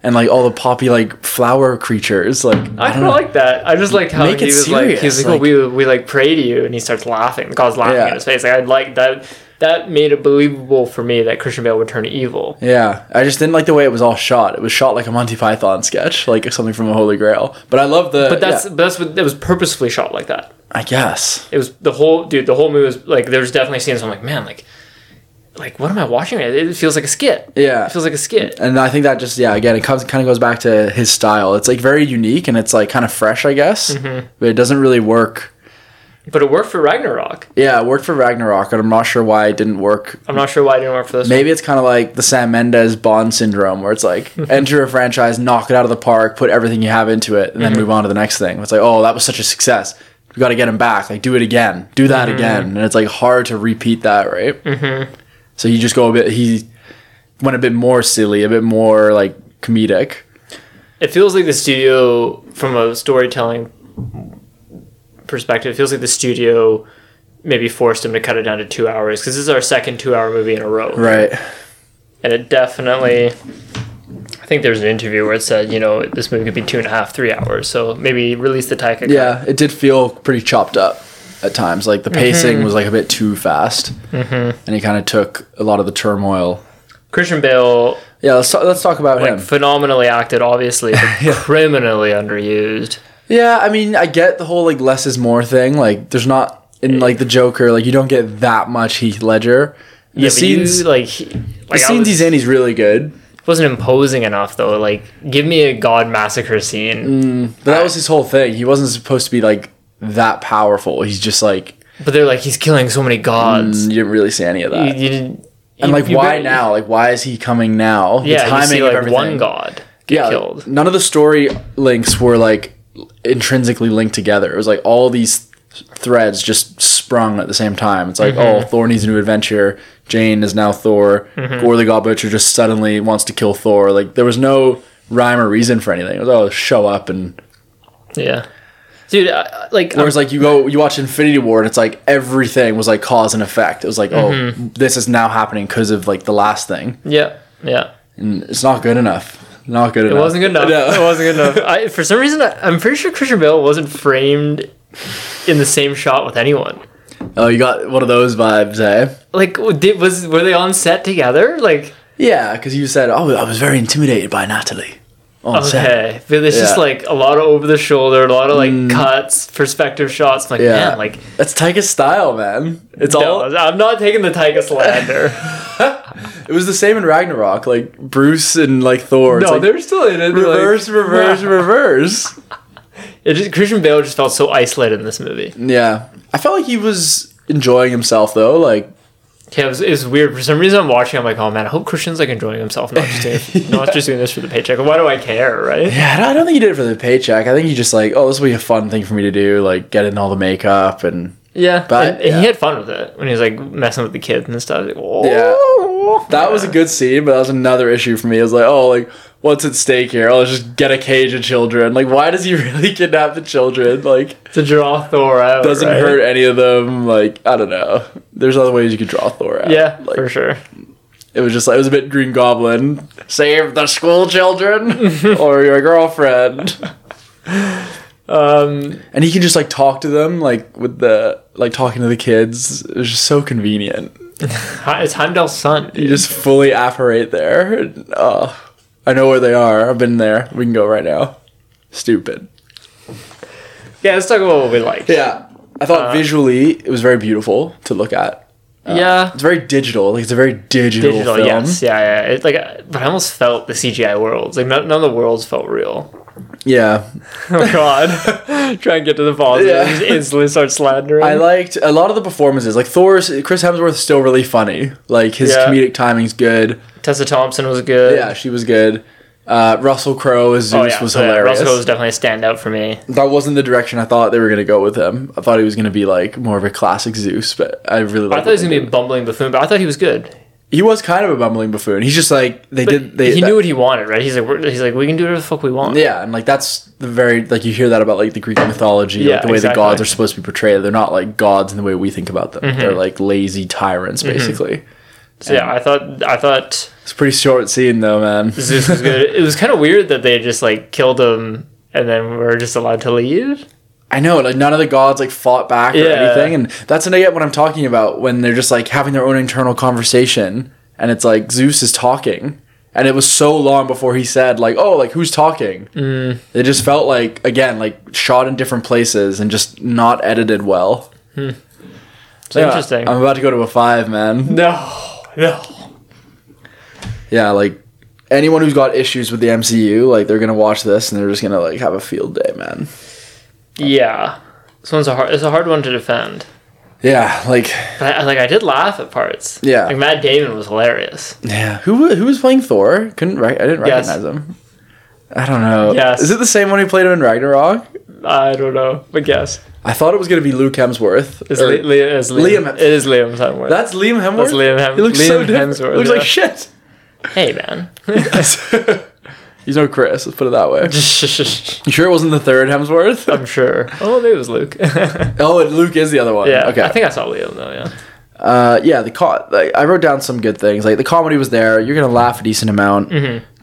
[SPEAKER 2] and like all the poppy like flower creatures like
[SPEAKER 1] I, don't like that. I just like how
[SPEAKER 2] Make
[SPEAKER 1] he
[SPEAKER 2] it
[SPEAKER 1] was like, he was
[SPEAKER 2] serious,
[SPEAKER 1] like, oh,
[SPEAKER 2] like-
[SPEAKER 1] we, we like pray to you, and he starts laughing. The God's laughing
[SPEAKER 2] Yeah.
[SPEAKER 1] in his face. Like I like that. That made it believable for me that Christian Bale would turn evil.
[SPEAKER 2] Yeah, I just didn't like the way it was all shot. It was shot like a Monty Python sketch, like something from a Holy Grail. But I love the.
[SPEAKER 1] But that's
[SPEAKER 2] yeah,
[SPEAKER 1] but that's what that was purposefully shot like that.
[SPEAKER 2] I guess.
[SPEAKER 1] It was the whole dude. The whole movie was like there's definitely scenes. I'm like man, like like what am I watching? It it feels like a skit.
[SPEAKER 2] Yeah.
[SPEAKER 1] it feels like a skit.
[SPEAKER 2] And I think that just yeah, again, it comes kind of goes back to his style. It's like very unique and it's like kind of fresh, I guess.
[SPEAKER 1] Mm-hmm.
[SPEAKER 2] But it doesn't really work.
[SPEAKER 1] But it worked for Ragnarok.
[SPEAKER 2] Yeah, it worked for Ragnarok, and I'm not sure why it didn't work.
[SPEAKER 1] I'm not sure why it didn't work for this. one.
[SPEAKER 2] Maybe it's kind of like the Sam Mendes Bond syndrome, where it's like enter a franchise, knock it out of the park, put everything you have into it, and then move on to the next thing. It's like, oh, that was such a success. We got to get him back. Like, do it again, do that again, and it's like hard to repeat that, right? Mm-hmm. So you just go a bit. He went a bit more silly, a bit more like comedic.
[SPEAKER 1] it feels like the studio from a storytelling perspective it feels like the studio maybe forced him to cut it down to two hours because this is our second two hour movie in a row
[SPEAKER 2] Right.
[SPEAKER 1] and it definitely i think there's an interview where it said you know this movie could be two and a half three hours so maybe release the taika cut.
[SPEAKER 2] Yeah, it did feel pretty chopped up at times. Like the pacing was like a bit too fast, and he kind of took a lot of the turmoil.
[SPEAKER 1] christian bale
[SPEAKER 2] Yeah, let's talk, let's talk about
[SPEAKER 1] like
[SPEAKER 2] him.
[SPEAKER 1] phenomenally acted obviously but criminally underused
[SPEAKER 2] Yeah, I mean, I get the whole like less is more thing. Like, there's not in like the Joker, like you don't get that much Heath Ledger. The
[SPEAKER 1] yeah, but you,
[SPEAKER 2] scenes,
[SPEAKER 1] like, he-
[SPEAKER 2] the
[SPEAKER 1] like I
[SPEAKER 2] scenes
[SPEAKER 1] was-
[SPEAKER 2] he's in, he's really good.
[SPEAKER 1] wasn't imposing enough though like give me a god massacre scene
[SPEAKER 2] But that was his whole thing. He wasn't supposed to be like that powerful. He's just like
[SPEAKER 1] But they're like, he's killing so many
[SPEAKER 2] mm,
[SPEAKER 1] gods.
[SPEAKER 2] you didn't really see any of
[SPEAKER 1] You,
[SPEAKER 2] that.
[SPEAKER 1] you didn't.
[SPEAKER 2] and
[SPEAKER 1] you-
[SPEAKER 2] like,
[SPEAKER 1] you
[SPEAKER 2] why
[SPEAKER 1] barely-
[SPEAKER 2] now? Like, why is he coming now?
[SPEAKER 1] Yeah, you see
[SPEAKER 2] of
[SPEAKER 1] like
[SPEAKER 2] everything.
[SPEAKER 1] one god get
[SPEAKER 2] yeah,
[SPEAKER 1] killed.
[SPEAKER 2] None of the story links were like intrinsically linked together. It was like all these threads just sprung at the same time. It's like,
[SPEAKER 1] Mm-hmm.
[SPEAKER 2] oh, Thor needs a new adventure. Jane is now Thor. Gore the God Butcher just suddenly wants to kill Thor. Like there was no rhyme or reason for anything. It was oh, show up and
[SPEAKER 1] Yeah, dude. I- I, like, I'm-
[SPEAKER 2] whereas like you go you watch Infinity War and it's like everything was like cause and effect. It was like oh,
[SPEAKER 1] Mm-hmm.
[SPEAKER 2] this is now happening because of like the last thing.
[SPEAKER 1] yeah, yeah.
[SPEAKER 2] And it's not good enough. Not good
[SPEAKER 1] It
[SPEAKER 2] enough.
[SPEAKER 1] wasn't good enough.
[SPEAKER 2] No.
[SPEAKER 1] It wasn't good enough. I, for some reason, I, I'm pretty sure Christian Bale wasn't framed in the same shot with anyone.
[SPEAKER 2] oh, you got one of those vibes, eh?
[SPEAKER 1] Like, w- did was were they on set together? Like,
[SPEAKER 2] Yeah, because you said, "Oh, I was very intimidated by Natalie." Oh, On set.
[SPEAKER 1] okay, but it's just
[SPEAKER 2] Yeah. Mm.
[SPEAKER 1] like a lot of over the shoulder, a lot of like cuts, perspective shots. I'm like,
[SPEAKER 2] Yeah,
[SPEAKER 1] man, like.
[SPEAKER 2] that's Tyga's style, man. It's
[SPEAKER 1] No,
[SPEAKER 2] all.
[SPEAKER 1] I'm not taking the Tyga slander.
[SPEAKER 2] It was the same in Ragnarok, like Bruce and like Thor. it's
[SPEAKER 1] no,
[SPEAKER 2] like,
[SPEAKER 1] they're still in it. They're like-
[SPEAKER 2] reverse, reverse, reverse.
[SPEAKER 1] It just, Christian Bale just felt so isolated in this movie.
[SPEAKER 2] Yeah, I felt like he was enjoying himself though. Like,
[SPEAKER 1] Yeah, it was, it was weird. For some reason, I'm watching. I'm like, oh man, I hope Christian's like enjoying himself, not just doing, not just doing this for the paycheck. Why do I care, right?
[SPEAKER 2] yeah, I don't- I don't think he did it for the paycheck. I think he just like, oh, this will be a fun thing for me to do. Like, get in all the makeup and
[SPEAKER 1] Yeah,
[SPEAKER 2] But-
[SPEAKER 1] and, and
[SPEAKER 2] yeah.
[SPEAKER 1] he had fun with it when he was like messing with the kids and stuff. Like, oh.
[SPEAKER 2] Yeah. That was a good scene, but that was another issue for me. It was like, oh, like, what's at stake here? Oh, let's just get a cage of children. Like, why does he really kidnap the children? Like,
[SPEAKER 1] to draw Thor out
[SPEAKER 2] doesn't
[SPEAKER 1] right?
[SPEAKER 2] hurt any of them. Like, I don't know. There's other ways you could draw Thor out.
[SPEAKER 1] Yeah,
[SPEAKER 2] Like,
[SPEAKER 1] for sure.
[SPEAKER 2] it was just like, it was a bit Green Goblin. Save the school children or your girlfriend.
[SPEAKER 1] Um,
[SPEAKER 2] And he can just, like, talk to them, like, with the, like, talking to the kids. It was just so convenient.
[SPEAKER 1] Hi- it's Heimdall's son.
[SPEAKER 2] You just fully apparate there. Oh, I know where they are. I've been there. We can go right now. Stupid.
[SPEAKER 1] Yeah, let's talk about what we like.
[SPEAKER 2] Yeah. I
[SPEAKER 1] Uh,
[SPEAKER 2] thought visually it was very beautiful to look at.
[SPEAKER 1] yeah.
[SPEAKER 2] It's very digital. Like it's a very digital,
[SPEAKER 1] Uh, Digital,
[SPEAKER 2] film.
[SPEAKER 1] yes, yeah, yeah. It, like, uh, but I almost felt the CGI worlds. Like, none, none of the worlds felt real.
[SPEAKER 2] Yeah.
[SPEAKER 1] Oh God! Try and get to the positive.
[SPEAKER 2] Yeah.
[SPEAKER 1] Just instantly start slandering.
[SPEAKER 2] I liked a lot of the performances. Like Thor's Chris Hemsworth is still really funny. Like his
[SPEAKER 1] Yeah.
[SPEAKER 2] comedic timing's good.
[SPEAKER 1] Tessa Thompson was good.
[SPEAKER 2] Yeah, she was good. Uh, Russell Crowe as Zeus was
[SPEAKER 1] so, Oh, yeah,
[SPEAKER 2] hilarious.
[SPEAKER 1] Russell was definitely a standout for me.
[SPEAKER 2] that wasn't the direction I thought they were gonna go with him. I thought he was gonna be like more of a classic Zeus, but I really
[SPEAKER 1] I
[SPEAKER 2] liked
[SPEAKER 1] thought he
[SPEAKER 2] what
[SPEAKER 1] was
[SPEAKER 2] they
[SPEAKER 1] gonna be
[SPEAKER 2] did.
[SPEAKER 1] a bumbling buffoon, but I thought he was good.
[SPEAKER 2] he was kind of a bumbling buffoon. He's just like they
[SPEAKER 1] But
[SPEAKER 2] did. They
[SPEAKER 1] he
[SPEAKER 2] that-
[SPEAKER 1] knew what he wanted, right? He's like, we're, he's like, we can do whatever the fuck we want.
[SPEAKER 2] Yeah, and like that's the very like you hear that about like the Greek mythology,
[SPEAKER 1] Yeah,
[SPEAKER 2] like the way
[SPEAKER 1] exactly. Mm-hmm.
[SPEAKER 2] the gods are supposed to be portrayed. They're not like gods in the way we think about them. They're like lazy tyrants, basically.
[SPEAKER 1] So yeah, I thought, I thought
[SPEAKER 2] It's a pretty short scene though, man.
[SPEAKER 1] Zeus was good. it was kind of weird that they just like killed him and then we're just allowed to leave.
[SPEAKER 2] I know, like none of the gods like fought back or
[SPEAKER 1] Yeah.
[SPEAKER 2] anything, and that's what I get what I'm talking about when they're just like having their own internal conversation, and it's like Zeus is talking, and it was so long before he said like, oh, like who's talking? Mm. It just felt like again like shot in different places and just not edited well.
[SPEAKER 1] It's interesting.
[SPEAKER 2] I'm about to go to a five, man.
[SPEAKER 1] no, no.
[SPEAKER 2] Yeah, like anyone who's got issues with the MCU, like they're gonna watch this and they're just gonna like have a field day, man.
[SPEAKER 1] Yeah, this one's a hard. It's a hard one to defend.
[SPEAKER 2] Yeah, like
[SPEAKER 1] But I, like I did laugh at parts.
[SPEAKER 2] Yeah.
[SPEAKER 1] like Matt Damon was hilarious.
[SPEAKER 2] yeah, who who was playing Thor? Couldn't rec- I didn't
[SPEAKER 1] Yes.
[SPEAKER 2] recognize him. I don't know.
[SPEAKER 1] Yes.
[SPEAKER 2] is it the same one who played him in Ragnarok?
[SPEAKER 1] I don't know, but guess
[SPEAKER 2] I thought it was gonna be Luke Hemsworth.
[SPEAKER 1] it's
[SPEAKER 2] Or-
[SPEAKER 1] Li- Li- it's Liam.
[SPEAKER 2] Liam-
[SPEAKER 1] It is Liam somewhere.
[SPEAKER 2] that's Liam Hemsworth.
[SPEAKER 1] That's Liam Hem-
[SPEAKER 2] He looks so
[SPEAKER 1] Liam
[SPEAKER 2] different.
[SPEAKER 1] Hemsworth,
[SPEAKER 2] looks
[SPEAKER 1] yeah.
[SPEAKER 2] like shit.
[SPEAKER 1] hey man.
[SPEAKER 2] He's no Chris. Let's put it that way. You sure it wasn't the third Hemsworth?
[SPEAKER 1] I'm sure. Oh, maybe it was Luke. yeah.
[SPEAKER 2] oh, and Luke is the other one. Okay.
[SPEAKER 1] I think I saw Liam though. Yeah.
[SPEAKER 2] uh, yeah, the co- like, I wrote down some good things. Like the comedy was there. You're gonna laugh a decent amount.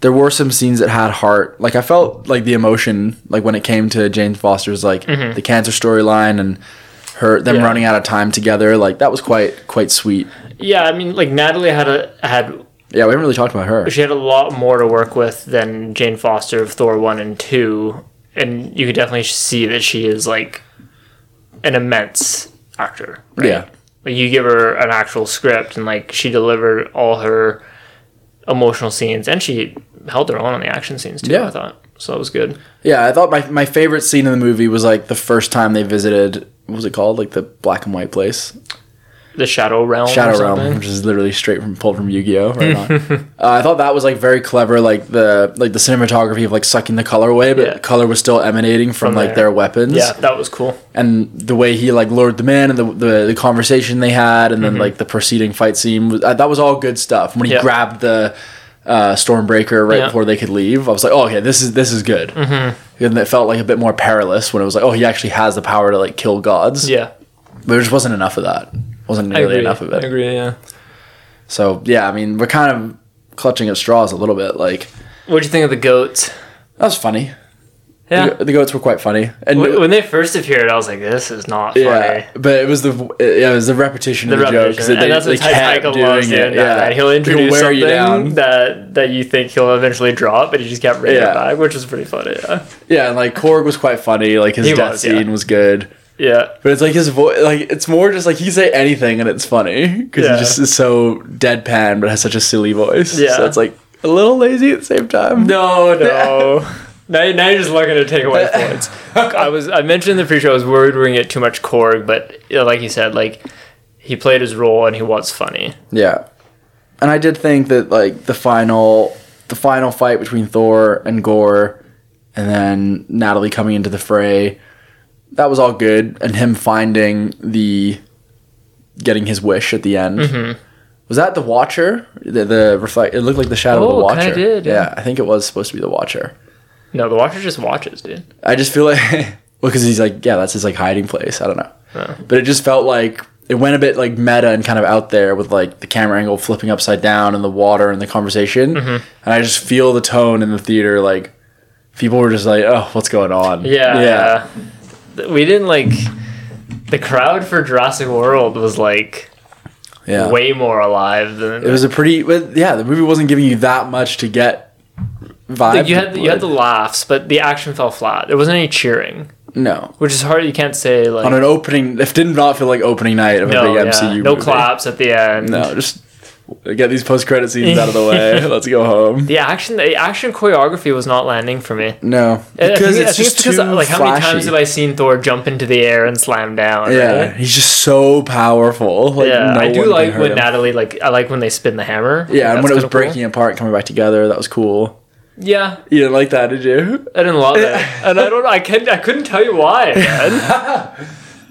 [SPEAKER 2] There were some scenes that had heart. Like I felt like the emotion, like when it came to Jane Foster's like the cancer storyline and her them
[SPEAKER 1] Yeah.
[SPEAKER 2] running out of time together. Like that was quite quite sweet.
[SPEAKER 1] Yeah, I mean, like Natalie had a had
[SPEAKER 2] Yeah, we haven't really talked about her.
[SPEAKER 1] she had a lot more to work with than Jane Foster of Thor one and two, and you could definitely see that she is like an immense actor. right?
[SPEAKER 2] Yeah,
[SPEAKER 1] Like you give her an actual script, and like she delivered all her emotional scenes, and she held her own on the action scenes too.
[SPEAKER 2] Yeah.
[SPEAKER 1] I thought so. That was good.
[SPEAKER 2] yeah. I thought my my favorite scene in the movie was like the first time they visited. What was it called? Like the black and white place.
[SPEAKER 1] The Shadow Realm.
[SPEAKER 2] Shadow Realm, which is literally straight from pulled from Yu-Gi-Oh. Right on. uh, I thought that was like very clever, like the like the cinematography of like sucking the color away, but
[SPEAKER 1] Yeah.
[SPEAKER 2] color was still emanating from,
[SPEAKER 1] From
[SPEAKER 2] like
[SPEAKER 1] there.
[SPEAKER 2] their weapons.
[SPEAKER 1] Yeah, that was cool.
[SPEAKER 2] and the way he like lured them in, and the the, the conversation they had, and then like the preceding fight scene, was, uh, that was all good stuff. When
[SPEAKER 1] Mm-hmm.
[SPEAKER 2] he
[SPEAKER 1] Yeah.
[SPEAKER 2] grabbed the uh, Stormbreaker right
[SPEAKER 1] Yeah. Mm-hmm.
[SPEAKER 2] before they could leave, I was like, oh okay, this is this is good. And it felt like a bit more perilous when it was like, oh, he actually has the power to like kill gods.
[SPEAKER 1] Yeah,
[SPEAKER 2] but there just wasn't enough of that. Wasn't
[SPEAKER 1] I
[SPEAKER 2] nearly
[SPEAKER 1] agree.
[SPEAKER 2] enough of it.
[SPEAKER 1] I agree. Yeah.
[SPEAKER 2] So yeah, I mean, we're kind of clutching at straws a little bit. Like
[SPEAKER 1] What do you think of the goats?
[SPEAKER 2] that was funny.
[SPEAKER 1] Yeah.
[SPEAKER 2] The, go- the goats were quite funny, and
[SPEAKER 1] Wh- When they first appeared, I was like, "This is not funny."
[SPEAKER 2] yeah, but it was the it was the repetition
[SPEAKER 1] The
[SPEAKER 2] of the
[SPEAKER 1] repetition,
[SPEAKER 2] jokes.
[SPEAKER 1] and that's what Taika loves doing. Yeah, that. he'll
[SPEAKER 2] It'll
[SPEAKER 1] introduce
[SPEAKER 2] wear
[SPEAKER 1] something
[SPEAKER 2] you down.
[SPEAKER 1] that that you think he'll eventually drop, but he just kept bringing
[SPEAKER 2] Yeah.
[SPEAKER 1] it back, which was pretty funny. Yeah,
[SPEAKER 2] Yeah, and like Korg was quite funny. Like his
[SPEAKER 1] He
[SPEAKER 2] death
[SPEAKER 1] was, yeah.
[SPEAKER 2] scene was good,
[SPEAKER 1] yeah,
[SPEAKER 2] but it's like his voice. Like it's more just like he can say anything and it's funny because
[SPEAKER 1] Yeah.
[SPEAKER 2] he just is so deadpan, but has such a silly voice.
[SPEAKER 1] Yeah.
[SPEAKER 2] so it's like a little lazy at the same time.
[SPEAKER 1] No, no. now, you- now you're just looking to take away points. I was I mentioned in the pre-show I was worried we're gonna get too much Korg, but you know, like you said, like he played his role and he was funny.
[SPEAKER 2] Yeah. And I did think that like the final the final fight between Thor and Gore and then Natalie coming into the fray that was all good, and him finding the getting his wish at the end.
[SPEAKER 1] Mm-hmm.
[SPEAKER 2] Was that the Watcher? The, the reflect. It looked like the shadow of the
[SPEAKER 1] Oh, kinda
[SPEAKER 2] Watcher.
[SPEAKER 1] did, yeah.
[SPEAKER 2] I think it was supposed to be the Watcher.
[SPEAKER 1] No, the Watcher just watches, dude.
[SPEAKER 2] I just feel like well, because he's like, yeah, that's his like hiding place. I don't know, but it just felt like it went a bit like meta and kind of out there with like the camera angle flipping upside down and the water and the conversation,
[SPEAKER 1] Mm-hmm.
[SPEAKER 2] and I just feel the tone in the theater like people were just like, oh, what's going on?
[SPEAKER 1] Yeah,
[SPEAKER 2] yeah.
[SPEAKER 1] Th- We didn't like the crowd for Jurassic World was like
[SPEAKER 2] yeah.
[SPEAKER 1] way more alive than
[SPEAKER 2] It was a pretty, well, yeah. The movie wasn't giving you that much to get vibe.
[SPEAKER 1] like you had you had the
[SPEAKER 2] with.
[SPEAKER 1] laughs, but the action fell flat. There wasn't any cheering,
[SPEAKER 2] no
[SPEAKER 1] which is hard. You can't say like
[SPEAKER 2] on an opening. It did not feel like opening night of a
[SPEAKER 1] no,
[SPEAKER 2] big
[SPEAKER 1] yeah,
[SPEAKER 2] MCU.
[SPEAKER 1] no
[SPEAKER 2] movie.
[SPEAKER 1] claps at the end.
[SPEAKER 2] No, just get these post credit scenes out of the way. Let's go home.
[SPEAKER 1] The action, the action choreography was not landing for me.
[SPEAKER 2] No,
[SPEAKER 1] And I
[SPEAKER 2] because
[SPEAKER 1] think- I
[SPEAKER 2] it's
[SPEAKER 1] think
[SPEAKER 2] just too
[SPEAKER 1] like how many times
[SPEAKER 2] flashy.
[SPEAKER 1] have I seen Thor jump into the air and slam down?
[SPEAKER 2] yeah,
[SPEAKER 1] right?
[SPEAKER 2] he's just so powerful. Like,
[SPEAKER 1] yeah.
[SPEAKER 2] no
[SPEAKER 1] I
[SPEAKER 2] one
[SPEAKER 1] do
[SPEAKER 2] can
[SPEAKER 1] like
[SPEAKER 2] hurt
[SPEAKER 1] when
[SPEAKER 2] him.
[SPEAKER 1] Natalie like I like when they spin the hammer. Like,
[SPEAKER 2] Yeah, and when it
[SPEAKER 1] that's
[SPEAKER 2] was
[SPEAKER 1] kinda cool.
[SPEAKER 2] breaking apart, coming back together, that was cool.
[SPEAKER 1] Yeah,
[SPEAKER 2] You didn't like that, did you?
[SPEAKER 1] I didn't love it, and I don't. I can I couldn't tell you why. Man.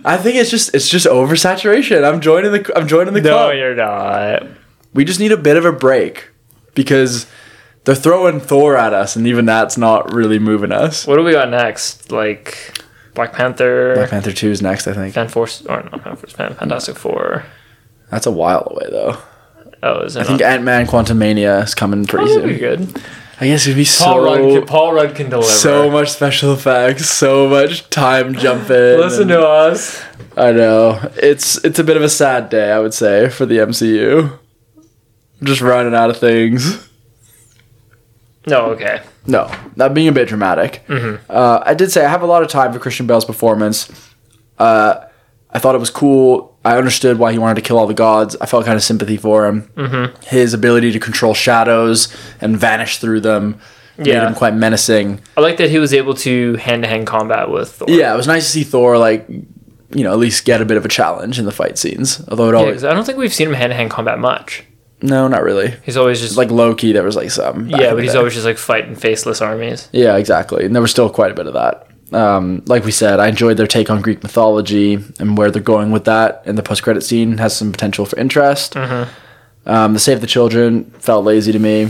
[SPEAKER 2] I think it's just it's just oversaturation. I'm joining the I'm joining the
[SPEAKER 1] no,
[SPEAKER 2] club.
[SPEAKER 1] you're not.
[SPEAKER 2] we just need a bit of a break because they're throwing Thor at us, and even that's not really moving us.
[SPEAKER 1] What do we got next? Like Black Panther,
[SPEAKER 2] Black Panther Two is next, I think.
[SPEAKER 1] Fan Force, or not Fan Force, Fan Fantastic Four.
[SPEAKER 2] That's a while away, though.
[SPEAKER 1] Oh, is it
[SPEAKER 2] I think Ant Man Quantum Mania is coming pretty
[SPEAKER 1] That'd be
[SPEAKER 2] soon.
[SPEAKER 1] good.
[SPEAKER 2] I guess it'd be
[SPEAKER 1] Paul Rudd, can,
[SPEAKER 2] so
[SPEAKER 1] Paul Rudd can deliver.
[SPEAKER 2] so much special effects, so much time jumping.
[SPEAKER 1] Listen to us.
[SPEAKER 2] to I know it's it's a bit of a sad day, I would say, for the MCU. Just running out of things.
[SPEAKER 1] No, okay. Mm-hmm.
[SPEAKER 2] No, not being a bit dramatic. Uh, I did say I have a lot of time for Christian Bale's performance. Uh, I thought it was cool. I understood why he wanted to kill all the gods. I felt kind of sympathy for him. His ability to control shadows and vanish through them made
[SPEAKER 1] Yeah.
[SPEAKER 2] him quite menacing.
[SPEAKER 1] I like that he was able to hand to hand combat with Thor.
[SPEAKER 2] Yeah, it was nice to see Thor like you know at least get a bit of a challenge in the fight scenes. Although it
[SPEAKER 1] Yeah,
[SPEAKER 2] always
[SPEAKER 1] 'cause I don't think we've seen him hand to hand combat much.
[SPEAKER 2] no, not really.
[SPEAKER 1] He's always just
[SPEAKER 2] Like Loki, there was like some. back
[SPEAKER 1] yeah,
[SPEAKER 2] in
[SPEAKER 1] but
[SPEAKER 2] the
[SPEAKER 1] he's
[SPEAKER 2] day.
[SPEAKER 1] always just like fighting faceless armies.
[SPEAKER 2] Yeah, exactly. And there was still quite a bit of that. Um, like we said, I enjoyed their take on Greek mythology and where they're going with that. And the post-credit scene has some potential for interest.
[SPEAKER 1] Mm-hmm.
[SPEAKER 2] Um, the Save the Children felt lazy to me.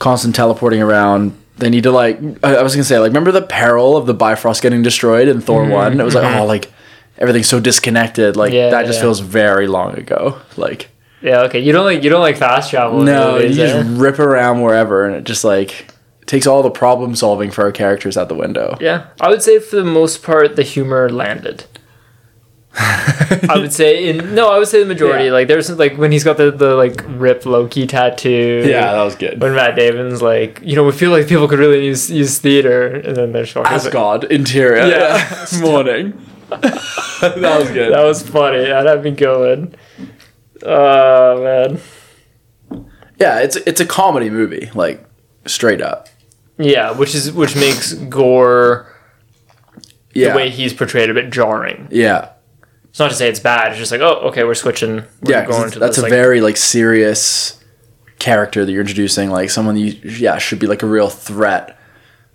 [SPEAKER 2] Constant teleporting around. They need to like. I I was gonna say like, remember the peril of the Bifrost getting destroyed in Thor one? It was like oh like everything's so disconnected. Like
[SPEAKER 1] Mm-hmm. Yeah,
[SPEAKER 2] that just
[SPEAKER 1] yeah.
[SPEAKER 2] feels very long ago. Like
[SPEAKER 1] Yeah, okay. You don't like you don't like fast travel. in
[SPEAKER 2] no, you
[SPEAKER 1] movies, eh?
[SPEAKER 2] just rip around wherever, and it just like takes all the problem solving for our characters out the window.
[SPEAKER 1] Yeah, I would say for the most part the humor landed. I would say in no, I would say the majority.
[SPEAKER 2] Yeah.
[SPEAKER 1] Like there's like when he's got the, the like rip Loki tattoo.
[SPEAKER 2] Yeah, that was good.
[SPEAKER 1] When Matt Damon's like, you know, we feel like people could really use use theater, and then there's fucking-
[SPEAKER 2] Asgard interior.
[SPEAKER 1] Yeah.
[SPEAKER 2] morning. that was good.
[SPEAKER 1] That was funny. That had me going. Oh man.
[SPEAKER 2] yeah, it's it's a comedy movie, like straight up.
[SPEAKER 1] Yeah, which is which makes Gore
[SPEAKER 2] Yeah.
[SPEAKER 1] the way he's portrayed a bit jarring.
[SPEAKER 2] yeah.
[SPEAKER 1] It's not to say it's bad. It's just like, oh, okay, we're switching. We're
[SPEAKER 2] Yeah, 'cause it's- that's
[SPEAKER 1] this,
[SPEAKER 2] a
[SPEAKER 1] like,
[SPEAKER 2] very like serious character that you're introducing, like someone you yeah, should be like a real threat.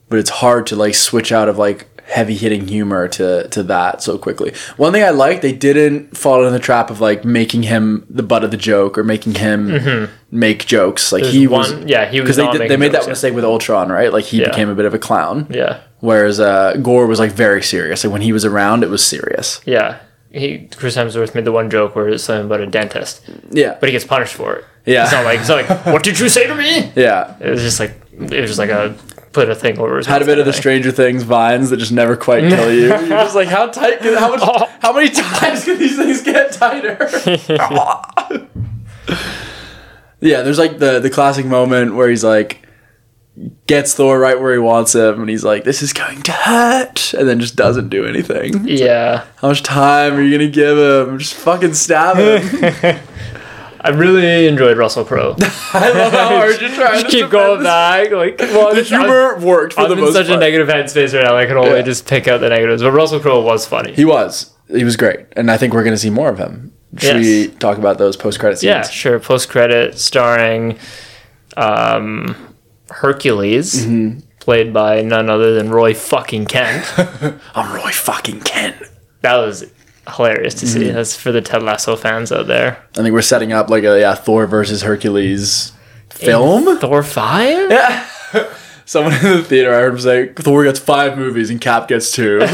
[SPEAKER 2] But it's hard to like switch out of like heavy hitting humor to to that so quickly. One thing I liked, they didn't fall into the trap of like making him the butt of the joke or making him make jokes. Like
[SPEAKER 1] Mm-hmm. there's
[SPEAKER 2] he was
[SPEAKER 1] one, yeah, he was
[SPEAKER 2] because they
[SPEAKER 1] not
[SPEAKER 2] did, they
[SPEAKER 1] making
[SPEAKER 2] made
[SPEAKER 1] jokes,
[SPEAKER 2] that
[SPEAKER 1] yeah.
[SPEAKER 2] mistake with Ultron, right? Like he
[SPEAKER 1] Yeah.
[SPEAKER 2] became a bit of a clown.
[SPEAKER 1] Yeah,
[SPEAKER 2] Whereas uh, Gore was like very serious. Like when he was around, it was serious.
[SPEAKER 1] yeah. He Chris Hemsworth made the one joke where it's something about a dentist,
[SPEAKER 2] Yeah,
[SPEAKER 1] but he gets punished for it.
[SPEAKER 2] Yeah.
[SPEAKER 1] it's not like it's not like what did you say to me?
[SPEAKER 2] yeah.
[SPEAKER 1] It was just like it was just like a put a thing over his
[SPEAKER 2] Had a
[SPEAKER 1] mouth
[SPEAKER 2] bit of
[SPEAKER 1] kinda
[SPEAKER 2] the
[SPEAKER 1] thing.
[SPEAKER 2] Stranger Things vines that just never quite kill you. You're just like, how tight? Can, how much? How many times can these things get tighter? yeah, there's like the the classic moment where he's like. Gets Thor right where he wants him, and he's like, "This is going to hurt," and then just doesn't do anything.
[SPEAKER 1] Yeah,
[SPEAKER 2] How much time are you gonna give him? Just fucking stab him.
[SPEAKER 1] I really enjoyed Russell Crowe.
[SPEAKER 2] I love how hard you're trying
[SPEAKER 1] Just
[SPEAKER 2] to
[SPEAKER 1] keep
[SPEAKER 2] defend
[SPEAKER 1] going
[SPEAKER 2] this
[SPEAKER 1] back, like well,
[SPEAKER 2] the humor worked for
[SPEAKER 1] I'm
[SPEAKER 2] the
[SPEAKER 1] in
[SPEAKER 2] most
[SPEAKER 1] such
[SPEAKER 2] part.
[SPEAKER 1] a negative headspace right now. I can only
[SPEAKER 2] Yeah.
[SPEAKER 1] just pick out the negatives. But Russell Crowe was funny.
[SPEAKER 2] he was. He was great, and I think we're going to see more of him. Should we
[SPEAKER 1] Yes.
[SPEAKER 2] talk about those post-credit scenes?
[SPEAKER 1] yeah, sure.
[SPEAKER 2] Mm-hmm.
[SPEAKER 1] Post credit starring um, Hercules. played by none other than Roy fucking Kent.
[SPEAKER 2] I'm Roy fucking Ken.
[SPEAKER 1] that was hilarious to
[SPEAKER 2] Mm-hmm.
[SPEAKER 1] see. That's for the Ted Lasso fans out there.
[SPEAKER 2] I think we're setting up like a yeah, Thor versus Hercules film.
[SPEAKER 1] Thor five.
[SPEAKER 2] Someone in the theater, I heard him say, Thor gets five movies and Cap gets two.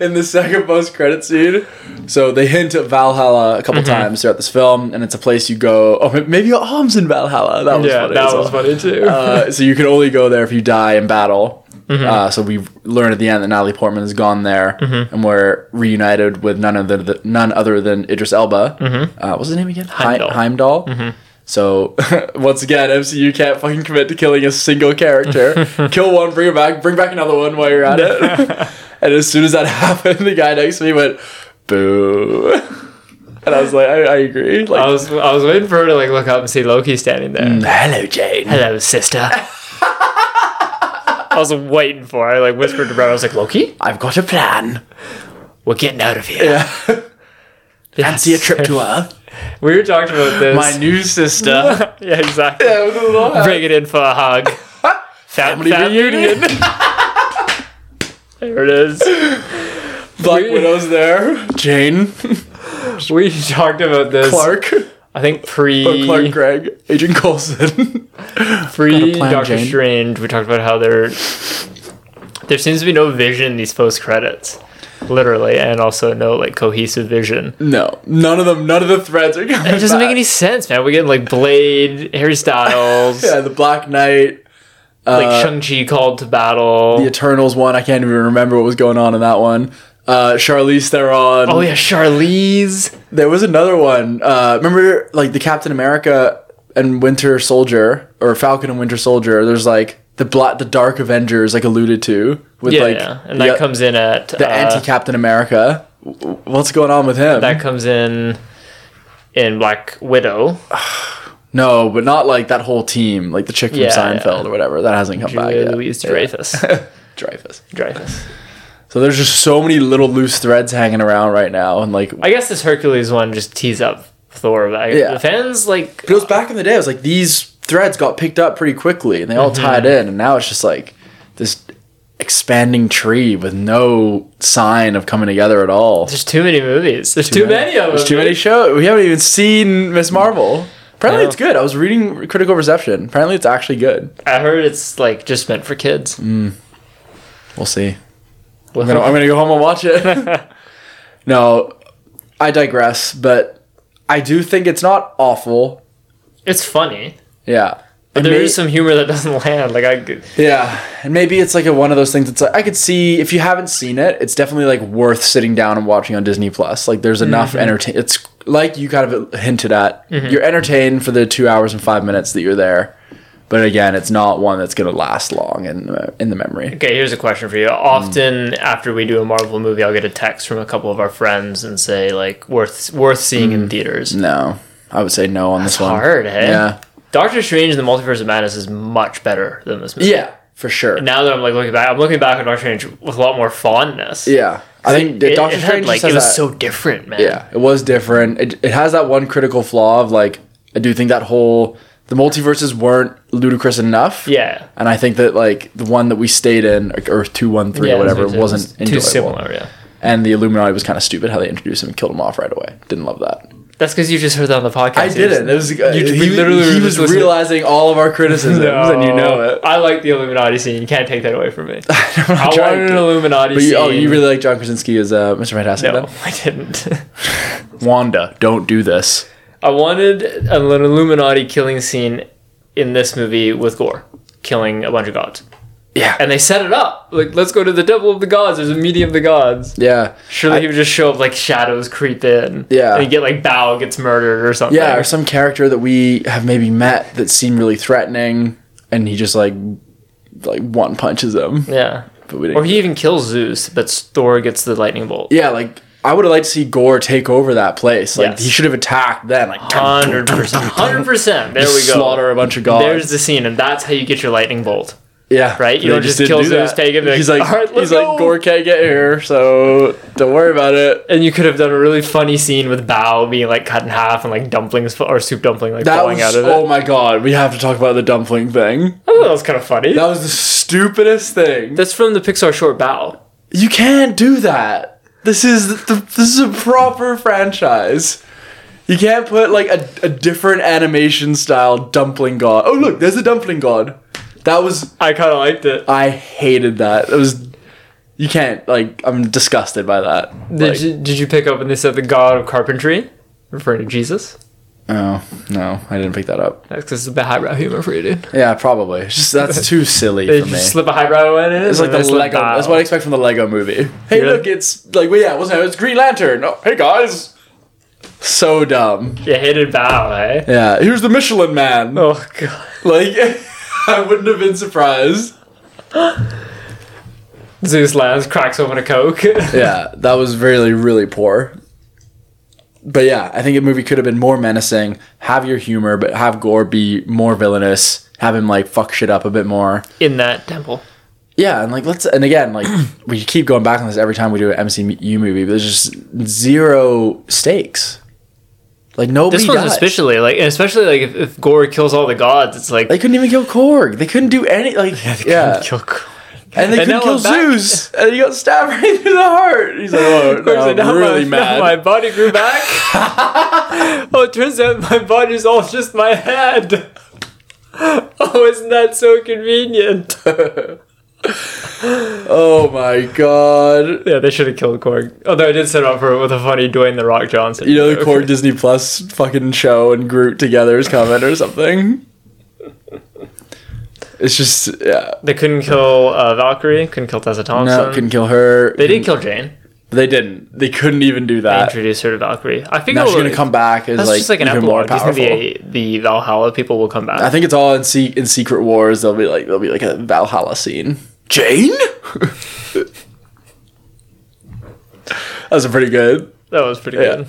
[SPEAKER 2] in the second post credit scene, so they hint at Valhalla
[SPEAKER 1] Mm-hmm.
[SPEAKER 2] a couple times throughout this film, and it's a place you go. Oh, maybe Om's in Valhalla. That was
[SPEAKER 1] Yeah,
[SPEAKER 2] funny.
[SPEAKER 1] that
[SPEAKER 2] as
[SPEAKER 1] was
[SPEAKER 2] well.
[SPEAKER 1] funny too.
[SPEAKER 2] uh, so you can only go there if you die in battle.
[SPEAKER 1] Mm-hmm.
[SPEAKER 2] Uh, so we learn at the end that Natalie Portman has gone there,
[SPEAKER 1] Mm-hmm.
[SPEAKER 2] and we're reunited with none other than, none other than Idris Elba. Uh, what's his name again? Hei-
[SPEAKER 1] Mm-hmm. Heimdall. Mm-hmm.
[SPEAKER 2] Heimdall. So once again, MCU can't fucking commit to killing a single character. Kill one, bring it back, bring back another one while you're at it. and as soon as that happened, the guy next to me went, "Boo." And I was like, I, I agree. Like,
[SPEAKER 1] I was I was waiting for her to like look up and see Loki standing
[SPEAKER 2] Mm.
[SPEAKER 1] there.
[SPEAKER 2] hello, Jane.
[SPEAKER 1] Hello, sister. I was waiting for. her. I like whispered to Brad. I was like, Loki,
[SPEAKER 2] I've got a plan.
[SPEAKER 1] we're getting out of here. Yeah.
[SPEAKER 2] Fancy a trip to Earth?
[SPEAKER 1] We were talking about this.
[SPEAKER 2] My new sister.
[SPEAKER 1] yeah, exactly. Bring it in for a hug. Fam-
[SPEAKER 2] Family reunion.
[SPEAKER 1] there it is.
[SPEAKER 2] Black Widow's there. Jane.
[SPEAKER 1] We talked about this.
[SPEAKER 2] Clark.
[SPEAKER 1] I think pre
[SPEAKER 2] Or Clark Gregg. Agent Coulson.
[SPEAKER 1] pre
[SPEAKER 2] plan,
[SPEAKER 1] Doctor
[SPEAKER 2] Jane.
[SPEAKER 1] Strange. We talked about how there there seems to be no vision in these post credits, literally, and also no like cohesive vision.
[SPEAKER 2] no. None of them. None of the threads are coming
[SPEAKER 1] It doesn't
[SPEAKER 2] back.
[SPEAKER 1] make any sense, man. We get like Blade, Harry Styles,
[SPEAKER 2] Yeah, the Black Knight.
[SPEAKER 1] like Shang Chi called to battle.
[SPEAKER 2] The Eternals one. I can't even remember what was going on in that one. Uh, Charlize Theron.
[SPEAKER 1] oh yeah, Charlize.
[SPEAKER 2] There was another one. Uh, remember, like the Captain America and Winter Soldier, or Falcon and Winter Soldier. There's like the black, the Dark Avengers, like alluded to with
[SPEAKER 1] Yeah,
[SPEAKER 2] like
[SPEAKER 1] yeah. and
[SPEAKER 2] the,
[SPEAKER 1] that comes in at
[SPEAKER 2] the
[SPEAKER 1] uh,
[SPEAKER 2] anti Captain America. W- w- What's going on with him?
[SPEAKER 1] that comes in in Black Widow.
[SPEAKER 2] Uh, no, but not like that whole team, like the chick from
[SPEAKER 1] Yeah,
[SPEAKER 2] Seinfeld
[SPEAKER 1] yeah.
[SPEAKER 2] or whatever. That hasn't come back
[SPEAKER 1] Julia
[SPEAKER 2] yet.
[SPEAKER 1] Louise
[SPEAKER 2] Yeah.
[SPEAKER 1] Dreyfus.
[SPEAKER 2] Dreyfus.
[SPEAKER 1] Dreyfus.
[SPEAKER 2] So there's just so many little loose threads hanging around right now, and like
[SPEAKER 1] I guess this Hercules one just tees up Thor. But I,
[SPEAKER 2] Yeah.
[SPEAKER 1] The fans like
[SPEAKER 2] But it was back in the day. It was like these threads got picked up pretty quickly, and they all
[SPEAKER 1] Mm-hmm.
[SPEAKER 2] tied in. And now it's just like this expanding tree with no sign of coming together at all.
[SPEAKER 1] There's too many movies. There's too, many, of them.
[SPEAKER 2] There's too many shows. We haven't even seen Miss Marvel. Apparently,
[SPEAKER 1] No.
[SPEAKER 2] it's good. I was reading critical reception. Apparently, it's actually good.
[SPEAKER 1] I heard it's like just meant for kids.
[SPEAKER 2] We'll see.
[SPEAKER 1] Well,
[SPEAKER 2] Mm, I'm gonna, I'm gonna go home and watch it. no, I digress. But I do think it's not awful.
[SPEAKER 1] it's funny.
[SPEAKER 2] Yeah.
[SPEAKER 1] But
[SPEAKER 2] It
[SPEAKER 1] there
[SPEAKER 2] may-
[SPEAKER 1] is some humor that doesn't land. Like I, could-
[SPEAKER 2] Yeah, and maybe it's like a, one of those things. It's like I could see if you haven't seen it, it's definitely like worth sitting down and watching on Disney Plus. Like there's
[SPEAKER 1] Mm-hmm.
[SPEAKER 2] enough entertain. It's like you kind of hinted at. You're entertained for the two hours and five minutes that you're there, but again, it's not one that's gonna last long in the, in the memory.
[SPEAKER 1] okay, here's a question
[SPEAKER 2] Mm.
[SPEAKER 1] for you. Often after we do a Marvel movie, I'll get a text from a couple of our friends and say like worth worth seeing in theaters.
[SPEAKER 2] No, I would say no on this Mm. one.
[SPEAKER 1] Hard, eh?
[SPEAKER 2] Yeah,
[SPEAKER 1] Doctor Strange and the Multiverse of Madness is much better than this movie.
[SPEAKER 2] yeah, for sure.
[SPEAKER 1] Now that I'm like looking back, I'm looking back on Doctor Strange with a lot more fondness.
[SPEAKER 2] Yeah, I think that
[SPEAKER 1] It,
[SPEAKER 2] Doctor
[SPEAKER 1] it had,
[SPEAKER 2] Strange
[SPEAKER 1] like
[SPEAKER 2] just has
[SPEAKER 1] it was
[SPEAKER 2] that-
[SPEAKER 1] so different, man.
[SPEAKER 2] Yeah, it was different. It, it has that one critical flaw of like I do think that whole the multiverses weren't ludicrous enough.
[SPEAKER 1] Yeah.
[SPEAKER 2] and I think that like the one that we stayed in, like Earth two one three
[SPEAKER 1] Yeah,
[SPEAKER 2] or whatever,
[SPEAKER 1] it was
[SPEAKER 2] wasn't
[SPEAKER 1] too
[SPEAKER 2] enjoyable.
[SPEAKER 1] similar. Yeah,
[SPEAKER 2] And the Illuminati was kind of stupid how they introduced him and killed him off right away. Didn't love that.
[SPEAKER 1] that's because you just heard that on the podcast.
[SPEAKER 2] I didn't. It was you, he,
[SPEAKER 1] we literally
[SPEAKER 2] he
[SPEAKER 1] were
[SPEAKER 2] was
[SPEAKER 1] just listening-
[SPEAKER 2] realizing all of our criticisms, and you know it.
[SPEAKER 1] I like the Illuminati scene. You can't take that away from me. I
[SPEAKER 2] trying
[SPEAKER 1] wanted an
[SPEAKER 2] to.
[SPEAKER 1] Illuminati
[SPEAKER 2] But
[SPEAKER 1] scene.
[SPEAKER 2] you, oh, you really like John Krasinski as uh, Mr. Fantastic?
[SPEAKER 1] no,
[SPEAKER 2] then?
[SPEAKER 1] I didn't.
[SPEAKER 2] Wanda, don't do this.
[SPEAKER 1] I wanted an Illuminati killing scene in this movie with Gore killing a bunch of gods,
[SPEAKER 2] Yeah,
[SPEAKER 1] and they set it up like let's go to the Devil of the Gods. There's a meeting of the gods.
[SPEAKER 2] yeah,
[SPEAKER 1] Surely
[SPEAKER 2] I-
[SPEAKER 1] he would just show up like shadows creep in.
[SPEAKER 2] Yeah.
[SPEAKER 1] and you get like Bao gets murdered or something.
[SPEAKER 2] Yeah, or some character that we have maybe met that seemed really threatening, and he just like like one punches him.
[SPEAKER 1] yeah.
[SPEAKER 2] But we
[SPEAKER 1] Or
[SPEAKER 2] didn't.
[SPEAKER 1] he even kills Zeus, but Thor gets the lightning bolt.
[SPEAKER 2] yeah, like I would have liked to see Gore take over that place. Like
[SPEAKER 1] Yes.
[SPEAKER 2] he should have attacked then. Like
[SPEAKER 1] Hundred percent. Hundred percent. There we go.
[SPEAKER 2] slaughter a bunch of gods.
[SPEAKER 1] There's the scene, and that's how you get your lightning bolt.
[SPEAKER 2] Yeah,
[SPEAKER 1] Right? You
[SPEAKER 2] They
[SPEAKER 1] don't just kill
[SPEAKER 2] didn't do
[SPEAKER 1] Zeus,
[SPEAKER 2] that.
[SPEAKER 1] take him, be like,
[SPEAKER 2] He's like,
[SPEAKER 1] "All right, let's
[SPEAKER 2] he's like,
[SPEAKER 1] go."
[SPEAKER 2] Gore can't get here, so don't worry about it.
[SPEAKER 1] And you could have done a really funny scene with Bao being like cut in half and like dumplings fa- or soup dumpling like
[SPEAKER 2] That
[SPEAKER 1] falling
[SPEAKER 2] was
[SPEAKER 1] out of it.
[SPEAKER 2] oh my god. We have to talk about the dumpling thing.
[SPEAKER 1] I thought that was kind of funny.
[SPEAKER 2] That was the stupidest thing.
[SPEAKER 1] That's from the Pixar short Bao.
[SPEAKER 2] You can't do that. This is the, this is a proper franchise. You can't put like a, a different animation style dumpling god. Oh look, there's a dumpling god. That was
[SPEAKER 1] I kind of liked it.
[SPEAKER 2] I hated that. That was you can't like I'm disgusted by that.
[SPEAKER 1] Did,
[SPEAKER 2] Like,
[SPEAKER 1] you, did you pick up when they said the god of carpentry? Referring to Jesus?
[SPEAKER 2] oh no, I didn't pick that up.
[SPEAKER 1] That's because it's a bit highbrow humor for you, dude.
[SPEAKER 2] Yeah, probably. It's just that's too silly
[SPEAKER 1] They
[SPEAKER 2] for me.
[SPEAKER 1] just slip a highbrow in it.
[SPEAKER 2] It's like the Lego. That's what I expect from the Lego movie. Hey,
[SPEAKER 1] Yeah.
[SPEAKER 2] look, it's like well, yeah, it wasn't it? It's Green Lantern. Oh, hey guys. So dumb.
[SPEAKER 1] you hated Bao, eh?
[SPEAKER 2] Yeah, here's the Michelin Man.
[SPEAKER 1] Oh god.
[SPEAKER 2] Like, I wouldn't have been surprised.
[SPEAKER 1] Zeus lands, cracks open a coke.
[SPEAKER 2] Yeah, that was really, really poor. But yeah, I think a movie could have been more menacing. Have your humor, but have Gore be more villainous. Have him like fuck shit up a bit more.
[SPEAKER 1] in that temple.
[SPEAKER 2] Yeah, and like let's and again like we keep going back on this every time we do an MCU movie, but there's just zero stakes. Like nobody.
[SPEAKER 1] This one's
[SPEAKER 2] died.
[SPEAKER 1] especially like, and especially like if, if Gore kills all the gods, it's like
[SPEAKER 2] They couldn't even kill Korg. They couldn't do any like yeah.
[SPEAKER 1] kill. Gore.
[SPEAKER 2] And they
[SPEAKER 1] And
[SPEAKER 2] couldn't
[SPEAKER 1] now
[SPEAKER 2] kill
[SPEAKER 1] I'm back.
[SPEAKER 2] Zeus, and he got stabbed right through the heart. He's like, oh,
[SPEAKER 1] Of course,
[SPEAKER 2] no,
[SPEAKER 1] now
[SPEAKER 2] I'm really
[SPEAKER 1] my,
[SPEAKER 2] mad.
[SPEAKER 1] now my body grew back. oh, it turns out my body's all just my head. Oh, isn't that so convenient?
[SPEAKER 2] Oh my god.
[SPEAKER 1] yeah, they should have killed Korg. Although I did set up for it with a funny Dwayne the Rock Johnson.
[SPEAKER 2] You know the
[SPEAKER 1] joke.
[SPEAKER 2] core Disney Plus fucking show and Groot together is coming or something. It's just yeah.
[SPEAKER 1] They couldn't kill uh, Valkyrie. Couldn't kill Tessa Thompson.
[SPEAKER 2] No, couldn't kill her.
[SPEAKER 1] they did kill Jane.
[SPEAKER 2] They didn't. They couldn't even do
[SPEAKER 1] They
[SPEAKER 2] that.
[SPEAKER 1] introduced her to Valkyrie. I think
[SPEAKER 2] Now
[SPEAKER 1] it
[SPEAKER 2] she's gonna
[SPEAKER 1] was-
[SPEAKER 2] come back as
[SPEAKER 1] That's
[SPEAKER 2] like,
[SPEAKER 1] just like an
[SPEAKER 2] even more
[SPEAKER 1] epilogue. Do you
[SPEAKER 2] powerful.
[SPEAKER 1] think the the Valhalla people will come back?
[SPEAKER 2] I think it's all in, se- in Secret Wars. There'll be like there'll be like a Valhalla scene. Jane. that was pretty good.
[SPEAKER 1] that was pretty
[SPEAKER 2] Yeah.
[SPEAKER 1] good.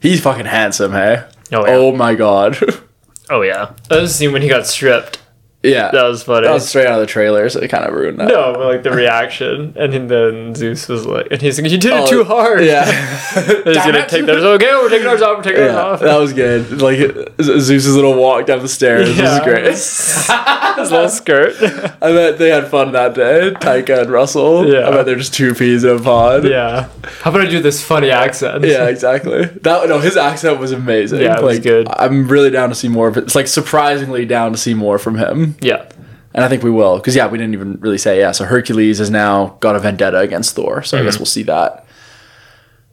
[SPEAKER 2] He's fucking handsome, hey?
[SPEAKER 1] Oh yeah.
[SPEAKER 2] Oh
[SPEAKER 1] Oh,
[SPEAKER 2] my god.
[SPEAKER 1] yeah. That was the scene when he got stripped.
[SPEAKER 2] yeah.
[SPEAKER 1] That was funny.
[SPEAKER 2] That was straight out of the trailer, so it kind of ruined that.
[SPEAKER 1] no, but like the reaction, and then- then Zeus was like, and he's like, "You did
[SPEAKER 2] Oh,
[SPEAKER 1] it too hard."
[SPEAKER 2] Yeah.
[SPEAKER 1] he's gonna
[SPEAKER 2] it.
[SPEAKER 1] take theirs. Okay, we're taking ours off. We're taking
[SPEAKER 2] yeah.
[SPEAKER 1] ours off.
[SPEAKER 2] That was good. Like Z- Zeus's little walk down the stairs
[SPEAKER 1] Yeah.
[SPEAKER 2] was great.
[SPEAKER 1] His little skirt.
[SPEAKER 2] I bet they had fun that day, Taika and Russell.
[SPEAKER 1] Yeah.
[SPEAKER 2] I bet they're just two peas in a pod.
[SPEAKER 1] yeah. How about I do this funny accent?
[SPEAKER 2] Yeah, exactly. That no, his accent was amazing.
[SPEAKER 1] Yeah, it was
[SPEAKER 2] Like,
[SPEAKER 1] good.
[SPEAKER 2] I'm really down to see more of it. It's like surprisingly down to see more from him,
[SPEAKER 1] Yeah.
[SPEAKER 2] and I think we will because yeah, we didn't even really say yeah. So Hercules has now got a vendetta against Thor, so I guess we'll see that.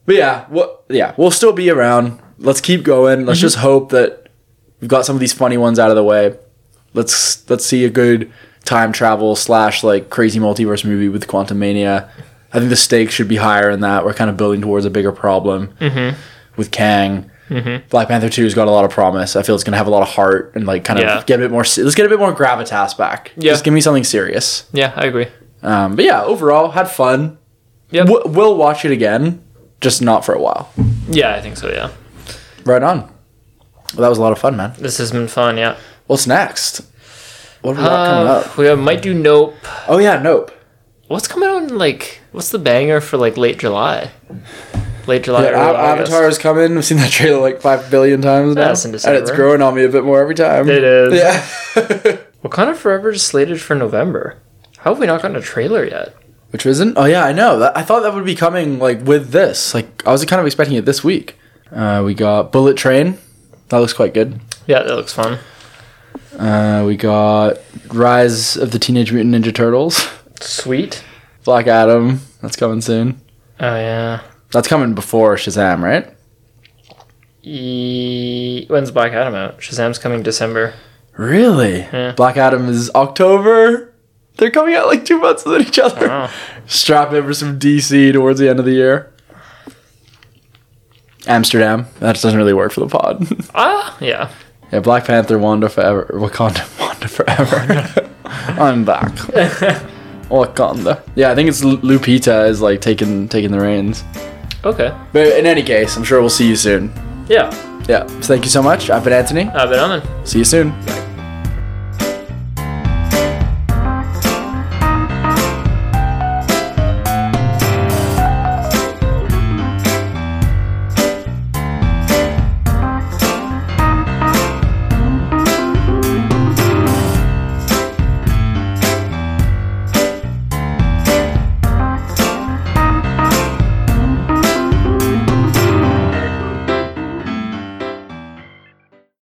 [SPEAKER 2] But yeah, what yeah, we'll still be around. Let's keep going. Let's just hope that we've got some of these funny ones out of the way. Let's let's see a good time travel slash like crazy multiverse movie with Quantum Mania. I think the stakes should be higher in that. We're kind of building towards a bigger problem with Kang. Black Panther Two has got a lot of promise. I feel it's gonna have a lot of heart and like kind of
[SPEAKER 1] Yeah.
[SPEAKER 2] get a bit more. se- Let's get a bit more gravitas back.
[SPEAKER 1] Yeah.
[SPEAKER 2] Just give me something serious.
[SPEAKER 1] Yeah, I agree.
[SPEAKER 2] Um, but yeah, overall, had fun.
[SPEAKER 1] Yep.
[SPEAKER 2] W- we'll watch it again, just not for a while.
[SPEAKER 1] Yeah, I think so. Yeah.
[SPEAKER 2] Right on. Well, that was a lot of fun, man.
[SPEAKER 1] This has been fun. Yeah.
[SPEAKER 2] What's next? What do we got coming
[SPEAKER 1] Uh,
[SPEAKER 2] up?
[SPEAKER 1] we might do Nope.
[SPEAKER 2] Oh yeah, Nope.
[SPEAKER 1] What's coming out in like what's the banger for like late July? Late July.
[SPEAKER 2] Yeah,
[SPEAKER 1] early
[SPEAKER 2] Av-
[SPEAKER 1] August.
[SPEAKER 2] Avatar is coming. I've seen that trailer like five billion times now,
[SPEAKER 1] That's in
[SPEAKER 2] and it's
[SPEAKER 1] December.
[SPEAKER 2] growing on me a bit more every time.
[SPEAKER 1] It is.
[SPEAKER 2] Yeah.
[SPEAKER 1] Wakanda Forever is slated for November. How have we not gotten a trailer yet?
[SPEAKER 2] Which isn't? Oh yeah, I know. That, I thought that would be coming like with this. Like I was kind of expecting it this week. Uh, we got Bullet Train. That looks quite good.
[SPEAKER 1] Yeah, that looks fun.
[SPEAKER 2] Uh, we got Rise of the Teenage Mutant Ninja Turtles.
[SPEAKER 1] Sweet.
[SPEAKER 2] Black Adam. That's coming soon.
[SPEAKER 1] Oh yeah.
[SPEAKER 2] That's coming before Shazam, right?
[SPEAKER 1] E- When's Black Adam out? Shazam's coming December.
[SPEAKER 2] Really?
[SPEAKER 1] Yeah.
[SPEAKER 2] Black Adam is October. They're coming out like two months with each other.
[SPEAKER 1] Oh, Wow.
[SPEAKER 2] Strap in for some DC towards the end of the year. Amsterdam. That doesn't really work for the pod.
[SPEAKER 1] Ah, yeah.
[SPEAKER 2] yeah, Black Panther, Wanda forever, Wakanda, Wanda forever. I'm back. Wakanda. Yeah, I think it's Lu- Lupita is like taking taking the reins.
[SPEAKER 1] Okay.
[SPEAKER 2] But in any case, I'm sure we'll see you soon.
[SPEAKER 1] Yeah.
[SPEAKER 2] Yeah. So thank you so much. I've been Anthony.
[SPEAKER 1] I've been on.
[SPEAKER 2] See you soon.
[SPEAKER 1] Bye.